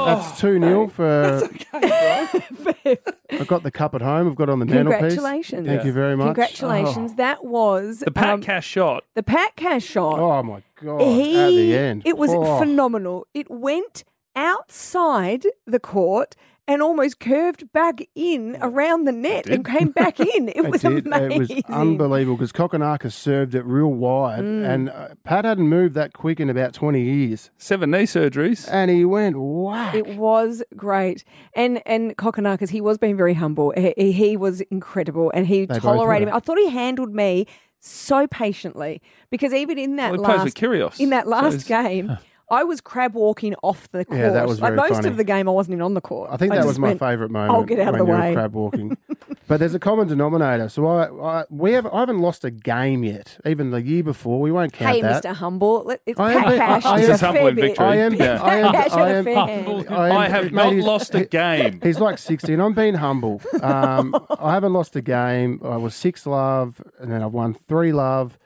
[SPEAKER 1] that's 2 0 for. I've got the cup at home. I've got it on the mantelpiece.
[SPEAKER 2] Congratulations.
[SPEAKER 1] Thank you very much. Oh.
[SPEAKER 2] Congratulations. That was
[SPEAKER 3] Oh. The Pat
[SPEAKER 2] um,
[SPEAKER 3] Cash shot.
[SPEAKER 2] the Pat Cash shot.
[SPEAKER 1] Oh, my God.
[SPEAKER 2] he,
[SPEAKER 1] at the end.
[SPEAKER 2] It was
[SPEAKER 1] Oh.
[SPEAKER 2] phenomenal. It went outside the court and almost curved back in around the net and
[SPEAKER 1] <laughs>
[SPEAKER 2] came back in. It, was
[SPEAKER 1] did.
[SPEAKER 2] amazing.
[SPEAKER 1] It was unbelievable because Kokonakis served it real wide,
[SPEAKER 2] Mm.
[SPEAKER 1] and uh, Pat hadn't moved that quick in about twenty years.
[SPEAKER 3] Seven knee surgeries,
[SPEAKER 1] and he went wow.
[SPEAKER 2] It was great. And and Kokonakis, he was being very humble. He, he was incredible and he
[SPEAKER 3] They both
[SPEAKER 2] tolerated
[SPEAKER 3] were.
[SPEAKER 2] me. I thought he handled me so patiently because even in that
[SPEAKER 3] Well, he
[SPEAKER 2] last
[SPEAKER 3] plays with Kyrgios,
[SPEAKER 2] in that
[SPEAKER 3] so
[SPEAKER 2] last
[SPEAKER 3] it's-
[SPEAKER 2] game, I was crab walking off the court.
[SPEAKER 1] Yeah, that was
[SPEAKER 2] like
[SPEAKER 1] very
[SPEAKER 2] most
[SPEAKER 1] funny.
[SPEAKER 2] of the game I wasn't even on the court.
[SPEAKER 1] I think that
[SPEAKER 2] just
[SPEAKER 1] was my
[SPEAKER 2] went,
[SPEAKER 1] favourite moment.
[SPEAKER 2] I'll get out of
[SPEAKER 1] when you
[SPEAKER 2] the
[SPEAKER 1] were
[SPEAKER 2] way.
[SPEAKER 1] crab walking. <laughs> but there's a common denominator. So I, I we have I haven't lost a game yet. Even the year before, we won't count
[SPEAKER 2] Hey,
[SPEAKER 1] that.
[SPEAKER 2] Mr. Humble. Let, it's <laughs>
[SPEAKER 1] I am-
[SPEAKER 2] Pat Cash.
[SPEAKER 1] I- I
[SPEAKER 2] is
[SPEAKER 1] am-
[SPEAKER 2] a fair bit.
[SPEAKER 1] I am.
[SPEAKER 2] <laughs>
[SPEAKER 1] I am.
[SPEAKER 2] Pat Cash had
[SPEAKER 1] I
[SPEAKER 2] a
[SPEAKER 1] am.
[SPEAKER 2] fair hand.
[SPEAKER 3] I have
[SPEAKER 1] mate,
[SPEAKER 3] not
[SPEAKER 1] he's-
[SPEAKER 3] lost
[SPEAKER 1] <laughs>
[SPEAKER 3] a
[SPEAKER 1] he-
[SPEAKER 3] game.
[SPEAKER 1] He's like 60, and I'm being
[SPEAKER 2] <laughs>
[SPEAKER 1] humble. Um, I haven't lost a game. I was six love, and then I've won three love.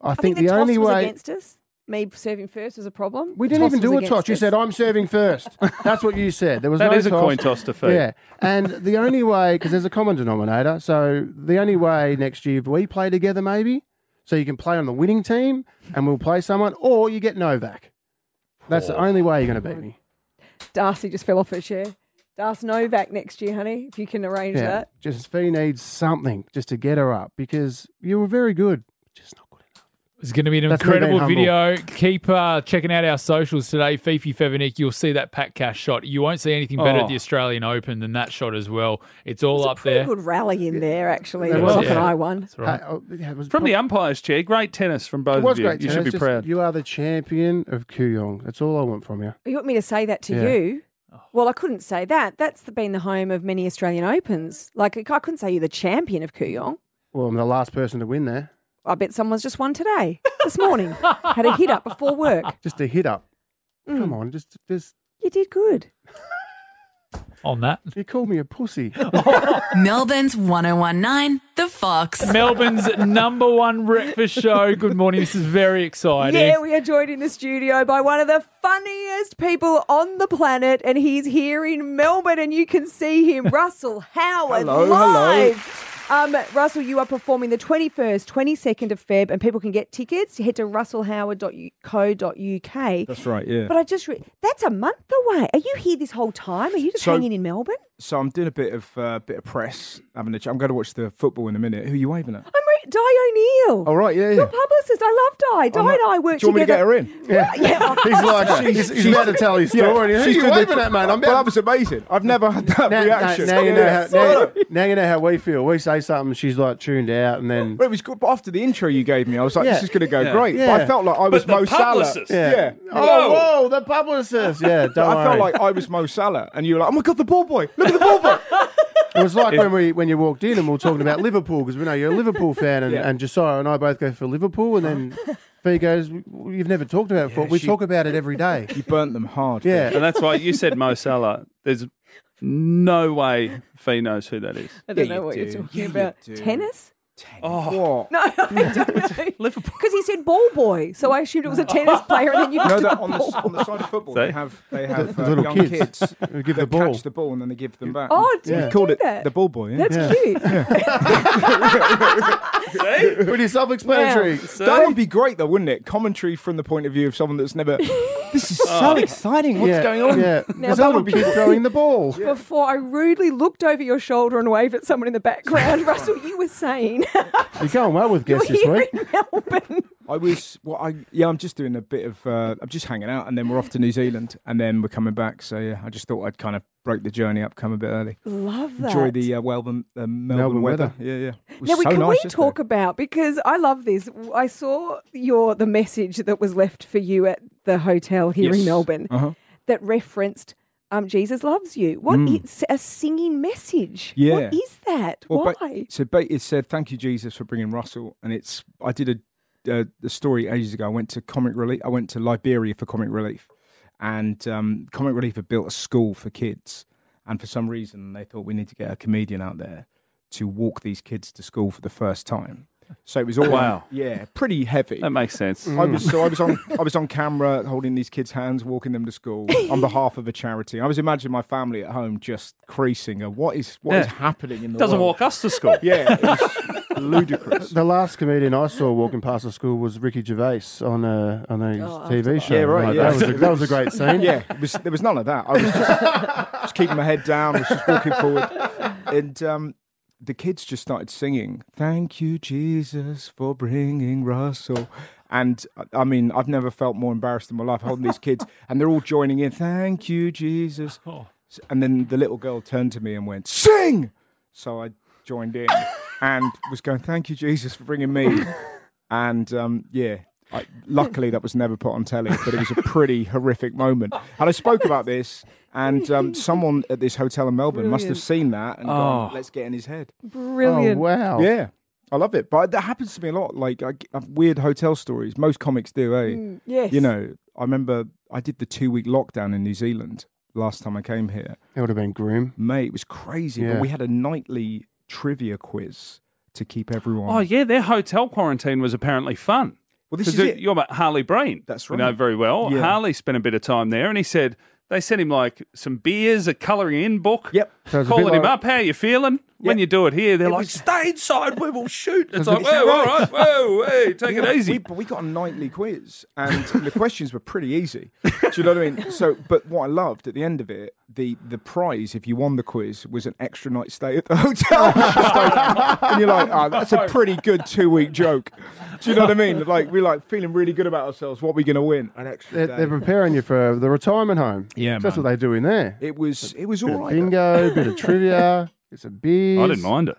[SPEAKER 1] I,
[SPEAKER 2] I think the, toss
[SPEAKER 1] only
[SPEAKER 2] was
[SPEAKER 1] way
[SPEAKER 2] against us. Me serving first was a problem.
[SPEAKER 1] we didn't even do a toss. You said I'm serving
[SPEAKER 3] <laughs>
[SPEAKER 1] first. That's what you said. There was
[SPEAKER 3] That
[SPEAKER 1] no
[SPEAKER 3] is a coin toss to Fee.
[SPEAKER 1] Yeah, and the only way because there's a common denominator. So the only way next year if we play together, maybe, so you can play on the winning team and we'll play someone, or you get Novak. That's the only way you're going to beat me.
[SPEAKER 2] Darcy just fell off her chair. Darcy Novak next year, honey, if you can arrange
[SPEAKER 1] Yeah,
[SPEAKER 2] that.
[SPEAKER 1] just Fee needs something just to get her up because you were very good.
[SPEAKER 4] It's going to be an
[SPEAKER 1] That's me being
[SPEAKER 4] incredible
[SPEAKER 1] humble.
[SPEAKER 4] video. Keep uh, checking out our socials today, Fifi Fevenick. You'll see that Pat Cash shot. You won't see anything better at
[SPEAKER 2] Oh.
[SPEAKER 4] the Australian Open than that shot as well. It's all up
[SPEAKER 2] Pretty
[SPEAKER 4] there.
[SPEAKER 2] good rally in there, actually.
[SPEAKER 4] There
[SPEAKER 2] The
[SPEAKER 4] was,
[SPEAKER 2] Cock and
[SPEAKER 4] yeah.
[SPEAKER 2] I won.
[SPEAKER 4] That's
[SPEAKER 3] <laughs>
[SPEAKER 4] right.
[SPEAKER 1] Hey, oh, yeah, it was
[SPEAKER 3] From the umpire's chair, great tennis from both
[SPEAKER 1] It was
[SPEAKER 3] of you.
[SPEAKER 1] great.
[SPEAKER 3] you
[SPEAKER 1] tennis,
[SPEAKER 3] should be
[SPEAKER 1] just
[SPEAKER 3] proud.
[SPEAKER 1] You are the champion of Kuyong. That's all I want from you.
[SPEAKER 2] You want me to say that to
[SPEAKER 1] Yeah.
[SPEAKER 2] you? Well, I couldn't say that. That's the, been the home of many Australian Opens. Like, I couldn't say you're the champion of Kooyong.
[SPEAKER 1] Well, I'm the last person to win there.
[SPEAKER 2] I bet someone's just won today, this
[SPEAKER 1] <laughs>
[SPEAKER 2] morning. Had a hit up before work. Mm.
[SPEAKER 1] <laughs> Just a hit up. Come on, just just
[SPEAKER 2] You did good.
[SPEAKER 4] on that.
[SPEAKER 1] You called me a <laughs> pussy.
[SPEAKER 8] Melbourne's 1019, The Fox.
[SPEAKER 4] Melbourne's <laughs> number one breakfast show. Good morning. This is very exciting.
[SPEAKER 2] Yeah, we are joined in the studio by one of the funniest people on the planet, and he's here in Melbourne, and you can see
[SPEAKER 19] <laughs>
[SPEAKER 2] him, Russell Howard,
[SPEAKER 19] Hello, hello.
[SPEAKER 2] live. Um, Russell, you are performing the 21st, 22nd of Feb, and people can get tickets. Head to russellhoward.co.uk.
[SPEAKER 19] That's right, yeah.
[SPEAKER 2] But I just, re- that's a month away. Are you here this whole time? Are you just
[SPEAKER 19] So-
[SPEAKER 2] hanging in Melbourne?
[SPEAKER 19] so I'm doing a bit of uh, bit of press. Having a ch- I'm going to watch the football in a minute. Who are you waving
[SPEAKER 2] I'm
[SPEAKER 19] at?
[SPEAKER 2] re- Di O'Neill.
[SPEAKER 19] All right, yeah,
[SPEAKER 2] Your
[SPEAKER 19] yeah.
[SPEAKER 2] publicist. I love Di. Di
[SPEAKER 19] I'm
[SPEAKER 2] and
[SPEAKER 19] not-
[SPEAKER 2] I work
[SPEAKER 19] Do you want
[SPEAKER 2] together.
[SPEAKER 19] me to get her in?
[SPEAKER 2] Yeah.
[SPEAKER 19] <laughs>
[SPEAKER 2] Yeah.
[SPEAKER 1] He's like, he's- he's about to tell his story. Who are you
[SPEAKER 19] doing the-
[SPEAKER 1] waving at, mate? I'm
[SPEAKER 19] but
[SPEAKER 1] about-
[SPEAKER 19] that was amazing. I've never had that
[SPEAKER 1] Now, now-
[SPEAKER 19] reaction.
[SPEAKER 1] now you know how,
[SPEAKER 19] Yeah.
[SPEAKER 1] now, now you know how we feel. We say something, she's like tuned out, and then
[SPEAKER 19] But it was good. But after the intro you gave me, I was like,
[SPEAKER 1] Yeah.
[SPEAKER 19] "This is going to go
[SPEAKER 1] Yeah.
[SPEAKER 19] great." But
[SPEAKER 1] Yeah.
[SPEAKER 19] I felt like I
[SPEAKER 1] But
[SPEAKER 19] was
[SPEAKER 1] the
[SPEAKER 19] Mo Salah.
[SPEAKER 1] publicist.
[SPEAKER 19] Yeah.
[SPEAKER 1] Yeah. Oh, Whoa. whoa, the publicist.
[SPEAKER 19] <laughs>
[SPEAKER 1] Yeah, don't
[SPEAKER 19] But I felt
[SPEAKER 1] worry.
[SPEAKER 19] like I was Mo Salah, and you were like, "Oh my god, the ball boy! Look at the ball boy!"
[SPEAKER 1] It was like when we when you walked in and we were talking about Liverpool because we know you're a Liverpool fan and,
[SPEAKER 19] Yeah.
[SPEAKER 1] and Josiah and I both go for Liverpool and then Fee goes, "W- "You've never talked about it before. we
[SPEAKER 19] she-
[SPEAKER 1] talk about it every day." You
[SPEAKER 19] burnt them hard.
[SPEAKER 1] Yeah,
[SPEAKER 3] And that's why you said Mo Salah. There's no way Fee knows who that is.
[SPEAKER 2] I don't know what you're talking about. tennis?
[SPEAKER 19] Oh.
[SPEAKER 2] No, <laughs> I don't know. Liverpool. Because he said ball boy, so I assumed it was a tennis player, and then you
[SPEAKER 19] No,
[SPEAKER 2] did
[SPEAKER 19] that
[SPEAKER 2] the
[SPEAKER 19] on the,
[SPEAKER 2] ball <laughs>
[SPEAKER 19] on the side of football,
[SPEAKER 1] See?
[SPEAKER 19] they have they
[SPEAKER 1] <laughs>
[SPEAKER 19] have
[SPEAKER 1] The
[SPEAKER 19] uh,
[SPEAKER 1] little
[SPEAKER 19] young
[SPEAKER 1] kids <laughs>
[SPEAKER 19] kids,
[SPEAKER 1] who give
[SPEAKER 19] that
[SPEAKER 1] the ball.
[SPEAKER 19] catch the ball, and then they give them back.
[SPEAKER 2] Oh, did
[SPEAKER 19] we
[SPEAKER 2] you
[SPEAKER 19] called
[SPEAKER 2] do
[SPEAKER 19] it
[SPEAKER 2] that?
[SPEAKER 19] the ball boy. Yeah?
[SPEAKER 2] That's
[SPEAKER 19] yeah.
[SPEAKER 2] cute. <laughs>
[SPEAKER 1] Pretty self-explanatory.
[SPEAKER 19] That would be great, though, wouldn't it? Commentary from the point of view of someone that's
[SPEAKER 2] <laughs>
[SPEAKER 19] never. this is so
[SPEAKER 1] Oh.
[SPEAKER 19] exciting. What's
[SPEAKER 1] Yeah,
[SPEAKER 19] going on?
[SPEAKER 1] Yeah,
[SPEAKER 2] Now,
[SPEAKER 1] there's a
[SPEAKER 2] that
[SPEAKER 1] little
[SPEAKER 2] would be- <laughs>
[SPEAKER 1] kid throwing the ball.
[SPEAKER 2] Before I rudely looked over your shoulder and waved at someone in the background, Russell, you were saying <laughs>
[SPEAKER 1] You're going well with guests this week.
[SPEAKER 19] I was. Well, I yeah. I'm just doing a bit of. Uh, I'm just hanging out, and then we're off to New Zealand, and then we're coming back. So yeah, I just thought I'd kind of break the journey up, come a bit early.
[SPEAKER 2] Love that.
[SPEAKER 19] Enjoy the uh, Melbourne, uh, Melbourne,
[SPEAKER 1] Melbourne
[SPEAKER 19] weather.
[SPEAKER 1] weather.
[SPEAKER 19] Yeah, yeah. It was
[SPEAKER 2] Now, we
[SPEAKER 19] so
[SPEAKER 2] can
[SPEAKER 19] nice
[SPEAKER 2] we
[SPEAKER 19] yesterday.
[SPEAKER 2] talk about because I love this. I saw your the message that was left for you at the hotel here in
[SPEAKER 19] Yes.
[SPEAKER 2] Melbourne
[SPEAKER 19] Uh-huh.
[SPEAKER 2] that referenced um, Jesus loves you. What
[SPEAKER 19] Mm.
[SPEAKER 2] it's a singing message?
[SPEAKER 19] Yeah.
[SPEAKER 2] What is that?
[SPEAKER 19] Well, ba-
[SPEAKER 2] Why?
[SPEAKER 19] so ba- it said, "Thank you, Jesus, for bringing Russell." And it's I did a uh, the story ages ago. I went to Comic Relief. I went to Liberia for Comic Relief, and um, Comic Relief had built a school for kids. And for some reason, they thought we need to get a comedian out there to walk these kids to school for the first time. So it was all
[SPEAKER 3] Wow.
[SPEAKER 19] <laughs> yeah, pretty heavy.
[SPEAKER 3] That makes sense.
[SPEAKER 19] I was so I was on I was on camera holding these kids' hands, walking them to school
[SPEAKER 3] <laughs>
[SPEAKER 19] on behalf of a charity. I was imagining my family at home just creasing. A, what is what is
[SPEAKER 3] Yeah.
[SPEAKER 19] happening in the
[SPEAKER 3] Doesn't
[SPEAKER 19] world?
[SPEAKER 3] walk us to school.
[SPEAKER 19] <laughs> Yeah, it was ludicrous.
[SPEAKER 1] The last comedian I saw walking past the school was Ricky Gervais on a on a TV show.
[SPEAKER 19] Yeah, right.
[SPEAKER 1] Like,
[SPEAKER 19] yeah.
[SPEAKER 1] That, was a, that was a <laughs>
[SPEAKER 19] <laughs>
[SPEAKER 1] great scene.
[SPEAKER 19] Yeah, it was, there was none of that. I was just, just <laughs> keeping my head down, was just walking forward, and um, the kids just started singing. Thank you, Jesus, for bringing Russell. And I- I mean, I've never felt more embarrassed in my life holding these kids, and they're all joining in. Thank you, Jesus. And then the little girl turned to me and went, "Sing!" So I joined in and was going, "Thank you, Jesus, for bringing me." And um, yeah, I, luckily that was never put on telly, but it was a pretty horrific moment. And I spoke about this, and um, someone at this hotel in Melbourne must have
[SPEAKER 2] Brilliant.
[SPEAKER 19] seen that and
[SPEAKER 3] Oh.
[SPEAKER 19] gone, "Let's get in his head."
[SPEAKER 2] Brilliant.
[SPEAKER 1] Oh, wow.
[SPEAKER 19] Yeah, I love it, but that happens to me a lot. Like I, I have weird hotel stories. Most comics do, eh?
[SPEAKER 2] Mm, yes.
[SPEAKER 19] You know, I remember I did the two-week lockdown in New Zealand last time I came here.
[SPEAKER 1] It would have been grim.
[SPEAKER 19] Mate, it was crazy.
[SPEAKER 1] Yeah.
[SPEAKER 19] But we had a nightly trivia quiz to keep
[SPEAKER 3] <laughs>
[SPEAKER 19] everyone.
[SPEAKER 3] Oh yeah, their hotel quarantine was apparently fun.
[SPEAKER 19] Well, this
[SPEAKER 3] 'Cause
[SPEAKER 19] is
[SPEAKER 3] you-
[SPEAKER 19] it.
[SPEAKER 3] You're about Harley Breen.
[SPEAKER 19] That's
[SPEAKER 3] We know
[SPEAKER 19] right.
[SPEAKER 3] very well.
[SPEAKER 19] Yeah.
[SPEAKER 3] Harley spent a bit of time there, and he said they sent him like some beers, a colouring in book. Yep.
[SPEAKER 1] So it's a bit
[SPEAKER 3] Calling him
[SPEAKER 1] like-
[SPEAKER 3] up, how you feeling? When you do it here, they're like, stay inside, we will shoot. It's like, whoa, all right, whoa,
[SPEAKER 19] <laughs>
[SPEAKER 3] hey, take
[SPEAKER 19] Yeah,
[SPEAKER 3] it easy.
[SPEAKER 19] We, but we got a nightly quiz, and the questions were pretty easy. Do you know what I mean? So, but what I loved at the end of it, the the prize if you won the quiz was an extra night stay at
[SPEAKER 3] <laughs>
[SPEAKER 19] the hotel. Just like- and you're like, oh, that's a pretty good two week joke. Do you know what I mean? Like we're like feeling really good about ourselves. What are we going to win? An extra
[SPEAKER 1] They're,
[SPEAKER 19] day.
[SPEAKER 1] they're preparing you for the retirement home.
[SPEAKER 19] Yeah,
[SPEAKER 1] that's what they do in there.
[SPEAKER 19] it was it was
[SPEAKER 1] Bit
[SPEAKER 19] all
[SPEAKER 1] of
[SPEAKER 19] right. <laughs>
[SPEAKER 1] bingo, bit of trivia, it's a beer.
[SPEAKER 3] I didn't mind it.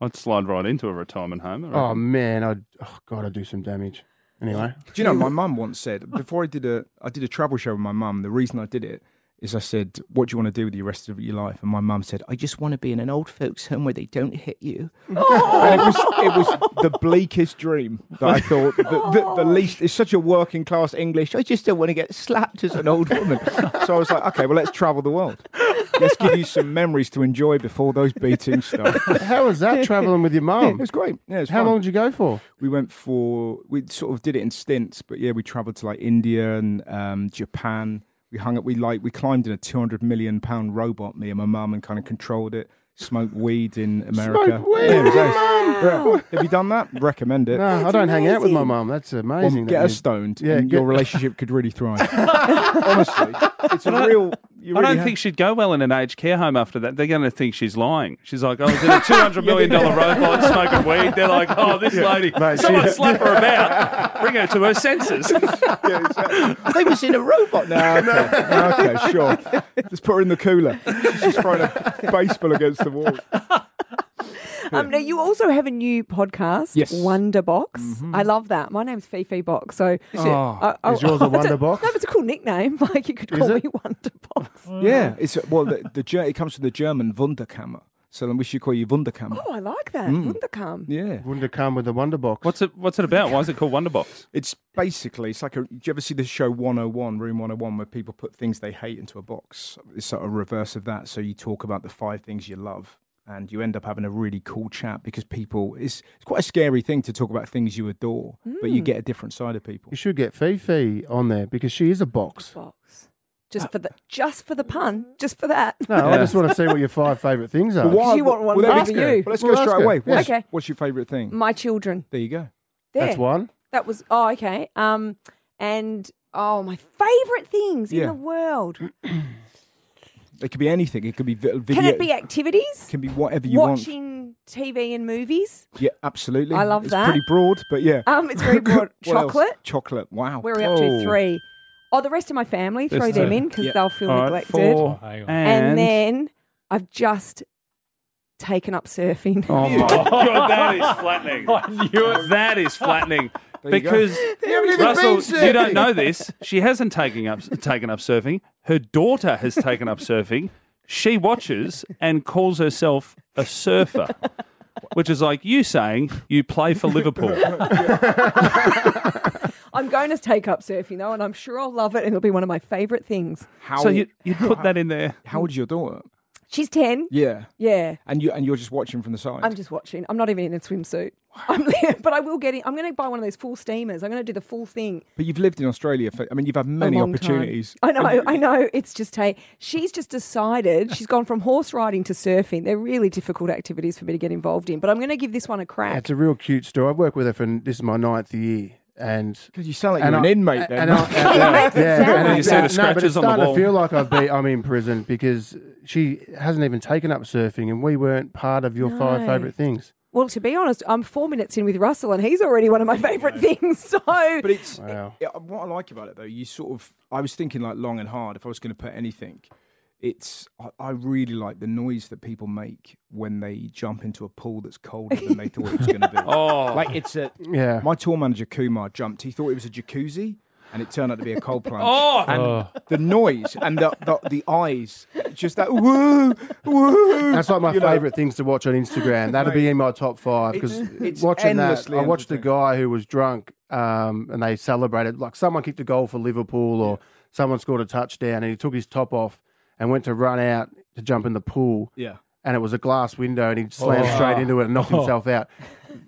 [SPEAKER 3] I'd slide right into a retirement home. I reckon.
[SPEAKER 1] Oh man, I oh god, I do some damage. Anyway,
[SPEAKER 19] Do you know my mum once said before I did a I did a travel show with my mum. The reason I did it is I said, "What do you want to do with the rest of your life?" And my mum said, "I just want to be in an old folks' home where they don't hit you."
[SPEAKER 1] Oh.
[SPEAKER 19] and it was it was the bleakest dream that I thought the, the,
[SPEAKER 1] Oh.
[SPEAKER 19] the least. It's such a working class English. I just don't want to get slapped as an old woman. so I was like, "Okay, well, let's travel the world." Let's give you some memories to enjoy before those beatings start.
[SPEAKER 1] How was that traveling with your mum?
[SPEAKER 19] Yeah, it was great. Yeah, it was
[SPEAKER 1] How
[SPEAKER 19] fun.
[SPEAKER 1] long did you go for?
[SPEAKER 19] We went for we sort of did it in stints, but yeah, we travelled to like India and um, Japan. We hung up, we like we climbed in a two hundred million pound robot, me and my mum, and kind of controlled it. Smoked weed in America.
[SPEAKER 1] Smoked weed
[SPEAKER 19] Yeah, it was
[SPEAKER 1] with your
[SPEAKER 19] ace.
[SPEAKER 1] mum?
[SPEAKER 19] Yeah. Have you done that? Recommend it.
[SPEAKER 1] No, I don't hang out with my mum. That's
[SPEAKER 19] Well,
[SPEAKER 1] amazing.
[SPEAKER 19] get
[SPEAKER 1] that
[SPEAKER 19] her
[SPEAKER 1] you-
[SPEAKER 19] stoned,
[SPEAKER 1] Yeah,
[SPEAKER 19] and
[SPEAKER 1] get-
[SPEAKER 19] your relationship could really thrive.
[SPEAKER 1] <laughs>
[SPEAKER 19] Honestly, it's a real. You
[SPEAKER 3] I
[SPEAKER 19] really
[SPEAKER 3] don't
[SPEAKER 19] have-
[SPEAKER 3] think she'd go well in an aged care home after that. They're going to think she's lying. She's like, I was
[SPEAKER 21] <laughs>
[SPEAKER 3] in a $200 million robot smoking weed. They're like, oh, this lady,
[SPEAKER 21] Mate, <laughs>
[SPEAKER 3] someone
[SPEAKER 21] she-
[SPEAKER 3] slap her about. Bring her to her senses.
[SPEAKER 19] They was in a robot now. <laughs> okay. okay, sure. Just put her in the cooler. She's just throwing
[SPEAKER 1] <laughs>
[SPEAKER 19] a baseball against the wall.
[SPEAKER 2] Um, now you also have a new podcast,
[SPEAKER 19] Yes. Mm-hmm. Oh,
[SPEAKER 2] Wonder Box. I love that. My name's Fifi Box. So
[SPEAKER 19] Is it?
[SPEAKER 2] I- <laughs> I-
[SPEAKER 19] Is yours a
[SPEAKER 2] I don't-
[SPEAKER 19] Wonder Box?
[SPEAKER 2] No, but it's a cool nickname. <laughs> Like you could call me Wonder Box.
[SPEAKER 19] Yeah,
[SPEAKER 1] Mm-hmm.
[SPEAKER 19] it's well, the, the Ger- it comes from the German Wunderkammer, so then we should call you Wunderkammer.
[SPEAKER 2] Oh, I like that.
[SPEAKER 19] Mm.
[SPEAKER 2] Wundercam.
[SPEAKER 19] Yeah,
[SPEAKER 1] Wunderkammer with the Wonderbox.
[SPEAKER 3] What's it? What's it about? Why is it called Wonderbox?
[SPEAKER 19] <laughs> It's basically it's like a. Do you ever see the show 101, Room 101, where people put things they hate into a box? It's sort of reverse of that. So you talk about the five things you love, and you end up having a really cool chat because people. It's, it's quite a scary thing to talk about things you adore, but you
[SPEAKER 2] Mm.
[SPEAKER 19] get a different side of people.
[SPEAKER 1] You should get Fifi on there because she is a box.
[SPEAKER 2] Box.
[SPEAKER 19] Uh,
[SPEAKER 2] Just for the just for the pun, just for that.
[SPEAKER 1] No, I just
[SPEAKER 2] <laughs>
[SPEAKER 1] want to see what your five favourite things are.
[SPEAKER 19] But why-
[SPEAKER 2] you want one
[SPEAKER 19] well,
[SPEAKER 2] for
[SPEAKER 19] let's
[SPEAKER 2] you.
[SPEAKER 19] go. Well, let's go
[SPEAKER 2] Well,
[SPEAKER 19] straight
[SPEAKER 2] that's good.
[SPEAKER 19] away. What's,
[SPEAKER 2] Okay.
[SPEAKER 19] what's your favourite thing?
[SPEAKER 2] My children.
[SPEAKER 19] There you go.
[SPEAKER 2] There.
[SPEAKER 1] That's one.
[SPEAKER 2] That was oh okay. Um, and oh my favourite things in
[SPEAKER 19] Yeah.
[SPEAKER 2] the
[SPEAKER 19] <clears throat>
[SPEAKER 2] world.
[SPEAKER 19] It could be anything. It could be vi- video.
[SPEAKER 2] Can it be activities?
[SPEAKER 19] Can be whatever you want.
[SPEAKER 2] Watching TV and movies.
[SPEAKER 19] Yeah, absolutely.
[SPEAKER 2] I love
[SPEAKER 19] it's
[SPEAKER 2] that.
[SPEAKER 19] Pretty broad, but yeah.
[SPEAKER 2] Um, it's very broad.
[SPEAKER 19] <laughs> What else?
[SPEAKER 2] Chocolate.
[SPEAKER 19] Chocolate. Wow.
[SPEAKER 2] Where are we up to? Three. Oh, the rest of my family, throw
[SPEAKER 19] There's
[SPEAKER 2] them
[SPEAKER 19] two.
[SPEAKER 2] in because
[SPEAKER 19] Yeah.
[SPEAKER 2] they'll feel
[SPEAKER 19] All right,
[SPEAKER 2] neglected.
[SPEAKER 19] four. Oh, hang
[SPEAKER 2] and,
[SPEAKER 19] on. And-
[SPEAKER 2] then I've just taken up surfing. <laughs>
[SPEAKER 3] Oh my <laughs> god, that is
[SPEAKER 21] <laughs>
[SPEAKER 3] flattening. That is
[SPEAKER 21] There you
[SPEAKER 3] flattening.
[SPEAKER 21] go. <laughs>
[SPEAKER 3] Because
[SPEAKER 21] You haven't even been
[SPEAKER 3] Russell, you
[SPEAKER 21] surfing.
[SPEAKER 3] don't know this. She hasn't taken up taken up surfing. Her daughter has taken up surfing. She watches and calls herself a surfer, which is like you saying you play for Liverpool.
[SPEAKER 2] I'm going to take up surfing though, and I'm sure I'll love it, and it'll be one of my favourite things.
[SPEAKER 19] How?
[SPEAKER 3] So you
[SPEAKER 19] <laughs>
[SPEAKER 3] you put that in there.
[SPEAKER 19] How old's your daughter?
[SPEAKER 2] She's ten.
[SPEAKER 19] Yeah.
[SPEAKER 2] Yeah.
[SPEAKER 19] And you and you're just watching from the side.
[SPEAKER 2] I'm just watching. I'm not even in a swimsuit. <laughs> I'm there, but I will get in. I'm going to buy one of those full steamers. I'm going to do the full thing.
[SPEAKER 19] but you've lived in Australia. For, I mean, you've had
[SPEAKER 2] a
[SPEAKER 19] many
[SPEAKER 2] long time.
[SPEAKER 19] opportunities. Um,
[SPEAKER 2] I know, I know. It's just hey, she's just decided she's gone from horse riding to surfing. They're really difficult activities for me to get involved in, but I'm going to give this one a
[SPEAKER 1] Yeah,
[SPEAKER 2] crack.
[SPEAKER 1] It's a real cute story. I've worked with her for this is my ninth year, and
[SPEAKER 19] because you sound like
[SPEAKER 1] and
[SPEAKER 19] you're an inmate
[SPEAKER 1] And
[SPEAKER 19] then. <laughs>
[SPEAKER 1] I, and,
[SPEAKER 19] It makes it sound like
[SPEAKER 1] and
[SPEAKER 19] You see the
[SPEAKER 1] no, but
[SPEAKER 19] scratches
[SPEAKER 1] it's
[SPEAKER 19] on the
[SPEAKER 1] starting
[SPEAKER 19] wall.
[SPEAKER 1] to feel like I've been, I'm in prison because she hasn't even taken up surfing, and we weren't part of your five
[SPEAKER 2] No.
[SPEAKER 1] favorite things.
[SPEAKER 2] Well, to be honest, I'm four minutes in with Russell, and he's already one of my favourite things. <laughs> So,
[SPEAKER 19] But it's
[SPEAKER 1] Wow.
[SPEAKER 19] it- um, what I like about it though. You sort of. I was thinking like long and hard. If I was going to put anything, it's. I, I really like the noise that people make when they jump into a pool that's colder than they thought it was
[SPEAKER 1] <laughs>
[SPEAKER 19] going to be.
[SPEAKER 3] Oh.
[SPEAKER 19] like it's a.
[SPEAKER 1] Yeah.
[SPEAKER 19] My tour manager Kumar jumped. He thought it was a jacuzzi. And it turned out to be a
[SPEAKER 1] <laughs>
[SPEAKER 19] cold plunge.
[SPEAKER 3] Oh.
[SPEAKER 19] And
[SPEAKER 3] Oh.
[SPEAKER 19] the noise and the, the, the eyes, just that woo, woo.
[SPEAKER 1] That's like my
[SPEAKER 19] <laughs> you know.
[SPEAKER 1] favourite things to watch on
[SPEAKER 19] <laughs>
[SPEAKER 1] Instagram. That'll be in my top five because
[SPEAKER 19] It's- <laughs> it's
[SPEAKER 1] watching that,
[SPEAKER 19] endlessly
[SPEAKER 1] I watched a guy who was drunk um, and they celebrated. Like someone kicked a goal for Liverpool or someone scored a touchdown and he took his top off and went to run out to jump in the pool.
[SPEAKER 19] Yeah.
[SPEAKER 1] And it was a glass window and he slammed
[SPEAKER 19] Oh.
[SPEAKER 1] straight into it and knocked
[SPEAKER 19] <laughs> Oh.
[SPEAKER 1] himself out.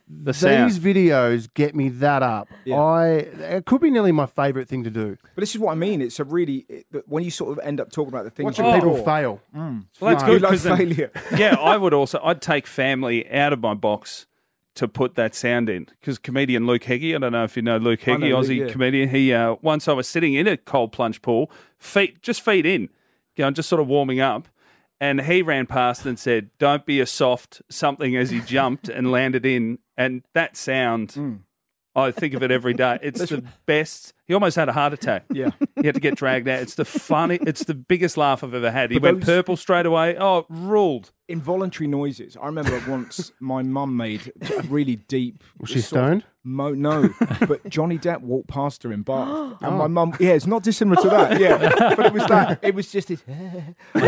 [SPEAKER 3] The sound.
[SPEAKER 1] These videos get me that up. I It could be nearly my favourite thing to do.
[SPEAKER 19] But this is what I mean. It's a really it, that when you sort of end up talking about the things
[SPEAKER 1] Watching
[SPEAKER 19] you
[SPEAKER 1] people
[SPEAKER 19] adore.
[SPEAKER 1] fail.
[SPEAKER 19] Mm.
[SPEAKER 3] Well, that's
[SPEAKER 19] You
[SPEAKER 3] good.
[SPEAKER 19] love
[SPEAKER 3] 'cause then-
[SPEAKER 19] failure.
[SPEAKER 3] <laughs> yeah, I would also. I'd take family out of my box to put that sound in because comedian Luke Heggie. I don't know if you know Luke
[SPEAKER 21] I know
[SPEAKER 3] Heggie,
[SPEAKER 21] Luke,
[SPEAKER 3] Aussie
[SPEAKER 21] yeah.
[SPEAKER 3] comedian. He uh, once I was sitting in a cold plunge pool, feet just feet in, you know, just sort of warming up. And he ran past and said, "Don't be a soft something," as he jumped and landed in, and that sound. I think of it every day. It's the best. He almost had a heart attack.
[SPEAKER 19] Yeah,
[SPEAKER 3] he had to get dragged out. It's the funny. It's the biggest laugh I've ever had. He
[SPEAKER 19] But
[SPEAKER 3] went
[SPEAKER 19] those-
[SPEAKER 3] purple straight away. Oh, ruled.
[SPEAKER 19] <laughs> Involuntary noises. I remember once my mum made a really deep.
[SPEAKER 1] Was she
[SPEAKER 19] sort of-
[SPEAKER 1] stoned?
[SPEAKER 19] Mo, no, but Johnny Depp walked past her in
[SPEAKER 1] <gasps>
[SPEAKER 19] Bath,
[SPEAKER 1] Oh.
[SPEAKER 19] and my mum. Yeah, it's not dissimilar to that. <laughs> Yeah, but it was that. It was <laughs> just this. like,
[SPEAKER 3] Oh,
[SPEAKER 19] it, was,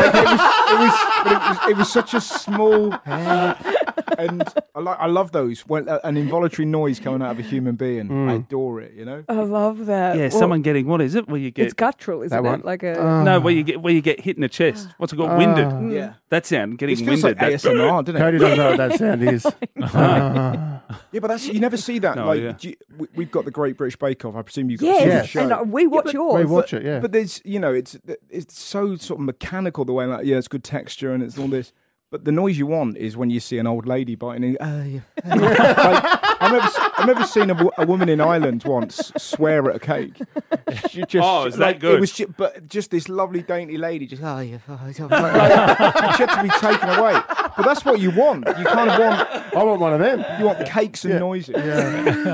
[SPEAKER 19] it, was, but it was. It was such
[SPEAKER 1] <laughs>
[SPEAKER 19] a small. and I like. I love those when uh, an involuntary noise coming out of a human being.
[SPEAKER 1] Mm.
[SPEAKER 19] I adore it. You know.
[SPEAKER 2] I love that.
[SPEAKER 3] Yeah,
[SPEAKER 2] Well,
[SPEAKER 3] someone getting what is it? Where you get
[SPEAKER 2] It's guttural, isn't
[SPEAKER 3] one?
[SPEAKER 2] it? Like a Ah. Mm.
[SPEAKER 3] no, where you get where you get hit in the chest. What's it called? winded.
[SPEAKER 19] Ah. Yeah.
[SPEAKER 3] that sound getting
[SPEAKER 19] It feels
[SPEAKER 3] winded.
[SPEAKER 19] like
[SPEAKER 3] that-
[SPEAKER 19] ASMR, doesn't it? Cody doesn't know
[SPEAKER 2] <laughs>
[SPEAKER 19] what that sound is.
[SPEAKER 3] No.
[SPEAKER 19] Yeah, but that's you never see that.
[SPEAKER 3] No,
[SPEAKER 19] like
[SPEAKER 3] yeah.
[SPEAKER 19] do you, we, we've got the Great British Bake Off. I presume you've got
[SPEAKER 2] Yes,
[SPEAKER 19] seen the
[SPEAKER 2] Yes.
[SPEAKER 19] show.
[SPEAKER 2] and, uh, we watch
[SPEAKER 19] but-
[SPEAKER 2] yours. We watch
[SPEAKER 1] it, yeah.
[SPEAKER 19] But there's you know it's it's so sort of mechanical the way like yeah it's good texture and it's all this. But the noise you want is when you see an old lady biting. In, uh, yeah.
[SPEAKER 2] <laughs>
[SPEAKER 19] like, I've, never, s- I've never seen a, wo- a woman in Ireland once swear at a cake. She just,
[SPEAKER 3] Oh, is that
[SPEAKER 19] like,
[SPEAKER 3] good?
[SPEAKER 19] It was ju- but just this lovely dainty lady just oh yeah. oh, yeah." Like, <laughs> she had to be taken away. But that's what you want. You kind of want
[SPEAKER 1] I want one of them.
[SPEAKER 19] you want cakes and noises.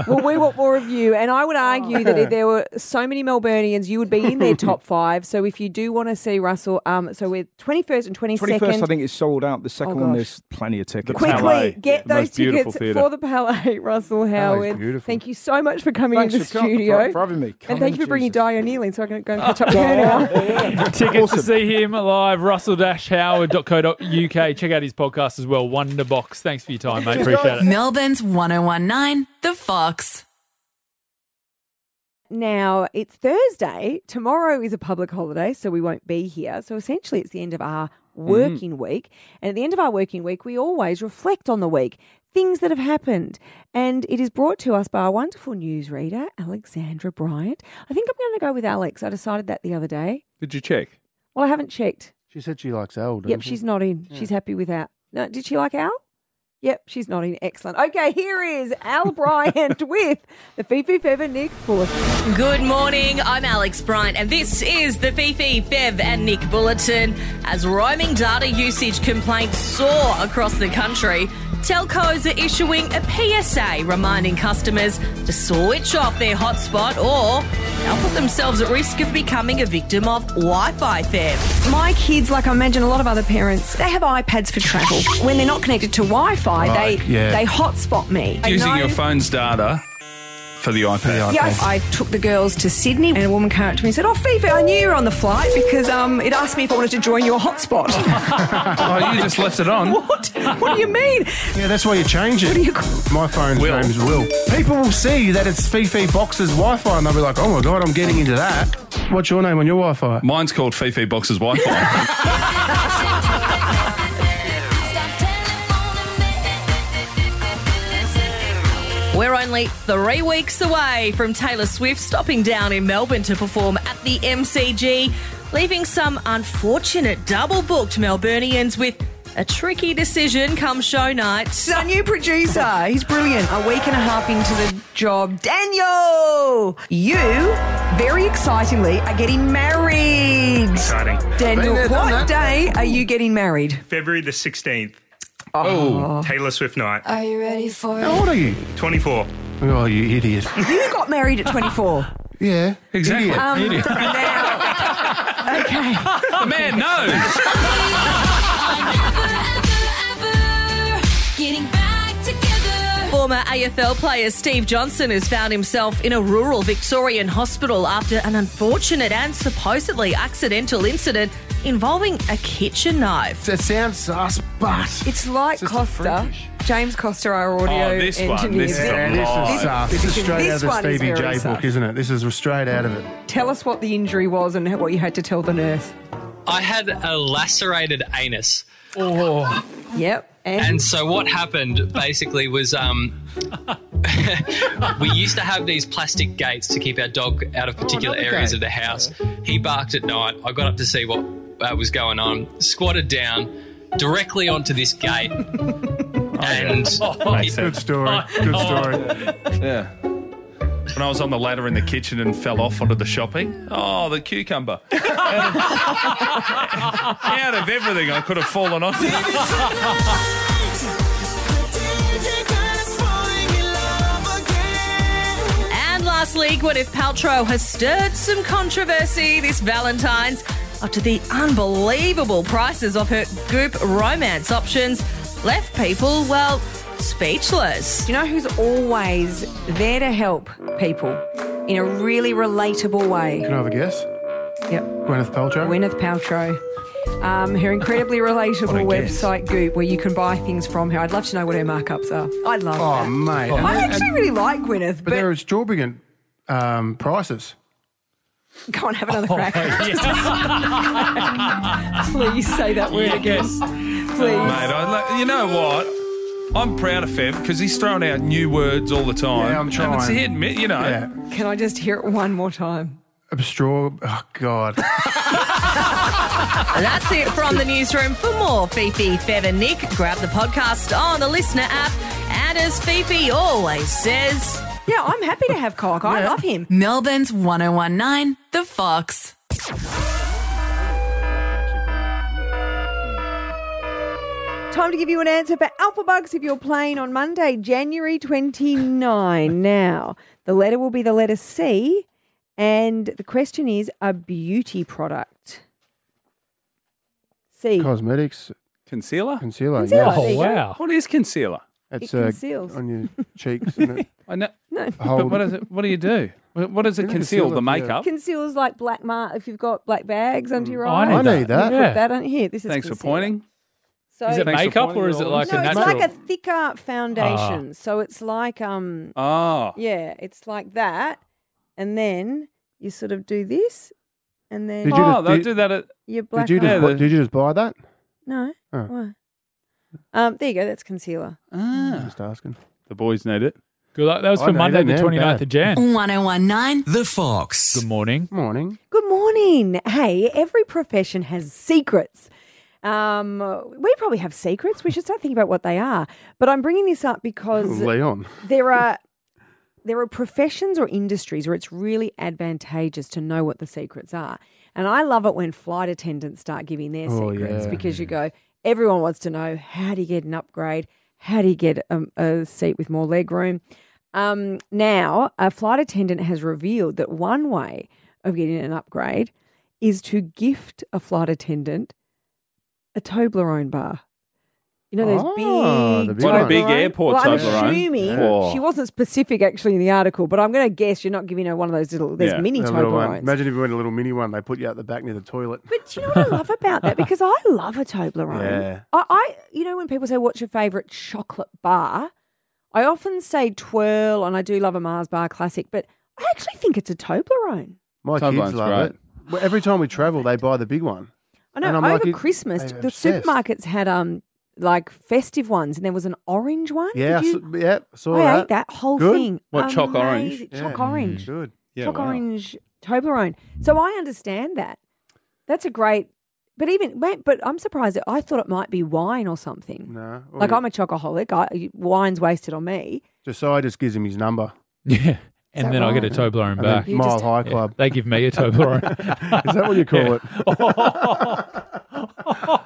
[SPEAKER 2] well, we want more of you. And
[SPEAKER 19] Oh.
[SPEAKER 2] I would argue that if there were so many Melburnians, you would be in
[SPEAKER 19] <laughs>
[SPEAKER 2] their top five. So if you do want to see Russell, um, so we're 21st and 22nd.
[SPEAKER 19] 21st, I think, is sold out. The second one,
[SPEAKER 2] Oh, gosh.
[SPEAKER 19] there's plenty of tickets.
[SPEAKER 2] Quickly, get
[SPEAKER 19] The
[SPEAKER 2] those
[SPEAKER 19] most beautiful
[SPEAKER 2] tickets
[SPEAKER 19] theatre.
[SPEAKER 2] for the Palais, <laughs> Russell Howard.
[SPEAKER 19] beautiful.
[SPEAKER 2] Thank you so much for coming
[SPEAKER 19] Thanks
[SPEAKER 2] into the
[SPEAKER 19] for com- for-
[SPEAKER 2] studio.
[SPEAKER 19] for having me.
[SPEAKER 2] and
[SPEAKER 19] Come
[SPEAKER 2] thank
[SPEAKER 19] on,
[SPEAKER 2] you for bringing Dio Nealon so I can go and catch
[SPEAKER 19] <laughs>
[SPEAKER 2] up with her
[SPEAKER 4] <laughs>
[SPEAKER 2] now.
[SPEAKER 4] Tickets to see him live, russell-howard.co.uk. Check out his podcast as well, Wonderbox. Thanks for your time, mate. Appreciate it.
[SPEAKER 8] Melbourne's 1019, The Fox.
[SPEAKER 2] Now, it's Thursday. Tomorrow is a public holiday, so we won't be here. So essentially, it's the end of our
[SPEAKER 19] Mm-hmm.
[SPEAKER 2] working week. And at the end of our working week, we always reflect on the week, things that have happened. And it is brought to us by our wonderful newsreader, Alexandra Bryant. I think I'm going to go with Alex. I decided that the other day.
[SPEAKER 3] Did you check?
[SPEAKER 2] Well, I haven't checked.
[SPEAKER 1] She said she likes Al. doesn't
[SPEAKER 2] Yep,
[SPEAKER 1] she?
[SPEAKER 2] she's not in. She's happy with Al. No, did she like Al? Yep, she's not in. Excellent. Okay, here is Al Bryant with the Fifi Fever Nick Fuller.
[SPEAKER 22] Good morning, I'm Alex Bryant, and this is the Fifi, Bev, and Nick Bulletin. As roaming data usage complaints soar across the country, telcos are issuing a PSA reminding customers to switch off their hotspot or they'll put themselves at risk of becoming a victim of Wi Fi theft.
[SPEAKER 2] My kids, like I imagine a lot of other parents, they have iPads for travel. When they're not connected to Wi-Fi,
[SPEAKER 3] Right,
[SPEAKER 2] they
[SPEAKER 3] yeah.
[SPEAKER 2] they hotspot me. I
[SPEAKER 21] Using
[SPEAKER 2] know-
[SPEAKER 21] your phone's data for the iPad.
[SPEAKER 2] Yes, I took the girls to Sydney, and a woman came up to me and said, "Oh, Fifi, I knew you were on the flight because um, it asked me if I wanted to join your hotspot."
[SPEAKER 21] oh, you just left it on.
[SPEAKER 2] <laughs> what? What do you mean?
[SPEAKER 1] Yeah, that's why you change it. What do you My phone's name is Will. People will see that it's Fifi Box's Wi-Fi and they'll be like, oh my God, I'm getting into that. What's your name on your Wi-Fi?
[SPEAKER 21] Mine's called Fifi Box's
[SPEAKER 19] <laughs>
[SPEAKER 21] Wi-Fi.
[SPEAKER 22] We're only three weeks away from Taylor Swift stopping down in Melbourne to perform at the MCG, leaving some unfortunate double booked Melburnians with a tricky decision come show night.
[SPEAKER 2] Our new producer, he's brilliant. A week and a half into the job, Daniel, you very excitingly are getting married.
[SPEAKER 23] Exciting.
[SPEAKER 2] Daniel,
[SPEAKER 23] Been there, done
[SPEAKER 2] what
[SPEAKER 23] that.
[SPEAKER 2] day are you getting married?
[SPEAKER 23] February the
[SPEAKER 2] <laughs>
[SPEAKER 23] 16th.
[SPEAKER 2] Oh.
[SPEAKER 23] Taylor Swift night.
[SPEAKER 2] Are you ready for
[SPEAKER 1] How old are you?
[SPEAKER 23] 24.
[SPEAKER 1] Oh, you idiot.
[SPEAKER 2] You got married at
[SPEAKER 1] <laughs>
[SPEAKER 2] 24.
[SPEAKER 1] Yeah.
[SPEAKER 21] Exactly.
[SPEAKER 1] Idiot.
[SPEAKER 2] Um, <laughs>
[SPEAKER 21] Idiot.
[SPEAKER 2] Okay.
[SPEAKER 21] the man knows.
[SPEAKER 22] Former AFL player Steve Johnson has found himself in a rural Victorian hospital after an unfortunate and supposedly accidental incident involving a kitchen knife.
[SPEAKER 1] It sounds sus, but
[SPEAKER 2] It's like Costa. James Costa, our audio
[SPEAKER 1] Oh, this
[SPEAKER 2] engineer.
[SPEAKER 1] one, this is a
[SPEAKER 2] there.
[SPEAKER 1] This is sus. This is straight
[SPEAKER 2] this
[SPEAKER 1] out of the
[SPEAKER 2] one is
[SPEAKER 1] Stevie J
[SPEAKER 2] very sus.
[SPEAKER 1] book, isn't it? This is straight out of it.
[SPEAKER 2] Tell us what the injury was and what you had to tell the nurse.
[SPEAKER 12] I had a lacerated anus.
[SPEAKER 2] Oh. Yep. And,
[SPEAKER 12] And so what happened basically was um, <laughs> we used to have these plastic gates to keep our dog out of particular
[SPEAKER 24] another
[SPEAKER 12] areas
[SPEAKER 24] gate.
[SPEAKER 12] of the house. He barked at night. I got up to see what uh, was going on, squatted down directly onto this gate. And
[SPEAKER 1] <laughs> Makes sense. Good story.
[SPEAKER 21] Oh,
[SPEAKER 1] Good story.
[SPEAKER 21] yeah. When I was on the ladder in the kitchen and fell off onto the shopping. Oh, the cucumber. Out of <laughs> everything I could have fallen onto.
[SPEAKER 22] And lastly, Gwyneth Paltrow has stirred some controversy this Valentine's after the unbelievable prices of her goop romance options left people, well, speechless.
[SPEAKER 2] You know who's always there to help people in a really relatable way?
[SPEAKER 1] Can I have a guess?
[SPEAKER 2] Yep.
[SPEAKER 1] Gwyneth Paltrow.
[SPEAKER 2] Gwyneth Paltrow. Um, her incredibly
[SPEAKER 1] <laughs> What a
[SPEAKER 2] relatable
[SPEAKER 1] guess.
[SPEAKER 2] website Goop, where you can buy things from her. I'd love to know what her markups are. I'd love
[SPEAKER 1] Oh,
[SPEAKER 2] that.
[SPEAKER 1] mate. And-
[SPEAKER 2] I actually
[SPEAKER 1] and-
[SPEAKER 2] really like Gwyneth,
[SPEAKER 1] But,
[SPEAKER 2] but,
[SPEAKER 1] there are exorbitant um, prices.
[SPEAKER 2] go on, have another
[SPEAKER 21] Oh,
[SPEAKER 2] crack. <laughs> Please say that word
[SPEAKER 3] Yes.
[SPEAKER 2] again.
[SPEAKER 3] Mate,
[SPEAKER 2] Please.
[SPEAKER 3] I, lo- you know what? I'm proud of Fev because he's throwing out new words all the time.
[SPEAKER 1] Yeah, I'm
[SPEAKER 3] And it's
[SPEAKER 1] trying.
[SPEAKER 3] hit and miss, you know.
[SPEAKER 1] Yeah.
[SPEAKER 2] Can I just hear it one more time?
[SPEAKER 1] Abstra- Oh, God.
[SPEAKER 22] And that's it from the newsroom. For more Fifi, Fev, and Nick, grab the podcast on the listener app. And as Fifi always says,
[SPEAKER 2] Yeah, I'm happy to have Cock. I love him.
[SPEAKER 25] Melbourne's 1019, The Fox.
[SPEAKER 2] Time to give you an answer for Alpha Bugs if you're playing on Monday,
[SPEAKER 1] <laughs>
[SPEAKER 2] January 29. Now, the letter will be the letter C, and the question is a beauty product. C.
[SPEAKER 1] Cosmetics.
[SPEAKER 3] Concealer? Oh,
[SPEAKER 1] Concealer.
[SPEAKER 2] Concealer,
[SPEAKER 1] yes.
[SPEAKER 2] there you go.
[SPEAKER 3] Wow. What is concealer?
[SPEAKER 1] It's
[SPEAKER 2] It
[SPEAKER 1] uh,
[SPEAKER 2] conceals.
[SPEAKER 1] on your
[SPEAKER 2] <laughs>
[SPEAKER 1] cheeks, isn't it?
[SPEAKER 3] I know.
[SPEAKER 2] No.
[SPEAKER 3] But what, is it, what do you do? What what does it
[SPEAKER 1] Didn't
[SPEAKER 3] <laughs> conceal? The
[SPEAKER 1] conceal it, yeah.
[SPEAKER 3] makeup?
[SPEAKER 2] Conceals like black mark if you've got black bags under your
[SPEAKER 3] Oh,
[SPEAKER 2] eyes.
[SPEAKER 3] I need I need that. that.
[SPEAKER 2] You
[SPEAKER 3] Yeah.
[SPEAKER 2] Put that on here. This is
[SPEAKER 3] Thanks for
[SPEAKER 2] concealer.
[SPEAKER 3] pointing.
[SPEAKER 2] So
[SPEAKER 4] Is it
[SPEAKER 3] Thanks for
[SPEAKER 4] makeup
[SPEAKER 3] pointing
[SPEAKER 4] or is it
[SPEAKER 3] all
[SPEAKER 4] like
[SPEAKER 2] no,
[SPEAKER 4] a
[SPEAKER 2] it's
[SPEAKER 4] natural?
[SPEAKER 2] like a thicker foundation. So it's like um
[SPEAKER 3] Oh.
[SPEAKER 2] yeah, it's like that, and then you sort of do this, and then
[SPEAKER 1] Did you
[SPEAKER 3] Oh,
[SPEAKER 1] just-
[SPEAKER 3] they'll
[SPEAKER 1] did-
[SPEAKER 3] do that at.
[SPEAKER 2] your black.
[SPEAKER 1] Did you,
[SPEAKER 2] eye.
[SPEAKER 1] just, bu- did you just buy that?
[SPEAKER 2] No.
[SPEAKER 1] Oh.
[SPEAKER 2] Why? Um, there you go. That's concealer.
[SPEAKER 3] Ah.
[SPEAKER 1] I'm just asking.
[SPEAKER 3] The boys need it.
[SPEAKER 4] Good luck. That was
[SPEAKER 1] I
[SPEAKER 4] for
[SPEAKER 1] know,
[SPEAKER 4] Monday, the
[SPEAKER 1] they're
[SPEAKER 4] 29th of
[SPEAKER 1] bad.
[SPEAKER 4] Jan.
[SPEAKER 25] 1019,
[SPEAKER 4] The Fox. Good morning.
[SPEAKER 1] Morning.
[SPEAKER 2] Good morning. Hey, every profession has secrets. Um, we probably have secrets. We should start thinking about what they are. But I'm bringing this up because
[SPEAKER 1] Leon.
[SPEAKER 2] there are there are professions or industries where it's really advantageous to know what the secrets are. And I love it when flight attendants start giving their
[SPEAKER 1] Oh,
[SPEAKER 2] secrets
[SPEAKER 1] yeah.
[SPEAKER 2] because you go, everyone wants to know how do you get an upgrade? How do you get um, a seat with more leg room? Um, now, a flight attendant has revealed that one way of getting an upgrade is to gift a flight attendant a Toblerone bar. You know those
[SPEAKER 1] Oh,
[SPEAKER 2] big,
[SPEAKER 1] the big
[SPEAKER 3] What a
[SPEAKER 1] ones.
[SPEAKER 3] big
[SPEAKER 2] Toblerone?
[SPEAKER 3] airport
[SPEAKER 2] Well, I'm
[SPEAKER 3] Toblerone.
[SPEAKER 2] assuming
[SPEAKER 3] Yeah.
[SPEAKER 2] she wasn't specific actually in the article, but I'm going to guess you're not giving her one of those little. There's
[SPEAKER 3] Yeah,
[SPEAKER 2] mini
[SPEAKER 1] A little one.
[SPEAKER 2] Toblerones.
[SPEAKER 1] Imagine if you went a little mini one, they put you out the back near the toilet.
[SPEAKER 2] But you know what
[SPEAKER 1] <laughs>
[SPEAKER 2] I love about that because I love a Toblerone.
[SPEAKER 1] Yeah.
[SPEAKER 2] I, I, you know, when people say what's your favourite chocolate bar, I often say Twirl, and I do love a Mars Bar Classic, but I actually think it's a Toblerone.
[SPEAKER 1] My
[SPEAKER 3] Toblerone's
[SPEAKER 1] kids love
[SPEAKER 3] great.
[SPEAKER 1] it. Well, every time we travel, they buy the big one.
[SPEAKER 2] I know
[SPEAKER 1] And I'm
[SPEAKER 2] over
[SPEAKER 1] like, it-
[SPEAKER 2] Christmas,
[SPEAKER 1] I'm
[SPEAKER 2] the
[SPEAKER 1] obsessed.
[SPEAKER 2] supermarkets had um like festive ones, and there was an orange one.
[SPEAKER 1] Yeah,
[SPEAKER 2] Did
[SPEAKER 1] I
[SPEAKER 2] you-
[SPEAKER 1] s- yeah, saw
[SPEAKER 2] I
[SPEAKER 1] that.
[SPEAKER 2] ate that whole
[SPEAKER 1] Good?
[SPEAKER 2] thing.
[SPEAKER 3] What, choc orange?
[SPEAKER 2] Amazing.
[SPEAKER 1] Yeah.
[SPEAKER 2] Choc orange.
[SPEAKER 1] Mm. Good.
[SPEAKER 2] choc orange Toblerone. So I understand that. That's a great. But even, mate, but I'm surprised. that I thought it might be wine or something.
[SPEAKER 1] No.
[SPEAKER 2] Like I'm a chocoholic. I, wine's wasted on me.
[SPEAKER 1] Josiah just gives him his number.
[SPEAKER 4] <laughs> Yeah. And
[SPEAKER 2] that
[SPEAKER 4] then I get a
[SPEAKER 2] right?
[SPEAKER 4] Toblerone
[SPEAKER 1] And then
[SPEAKER 4] back.
[SPEAKER 2] You
[SPEAKER 1] Mile
[SPEAKER 2] just-
[SPEAKER 1] High
[SPEAKER 4] Yeah,
[SPEAKER 1] Club.
[SPEAKER 4] they give me a Toblerone.
[SPEAKER 1] <laughs> Is that what you call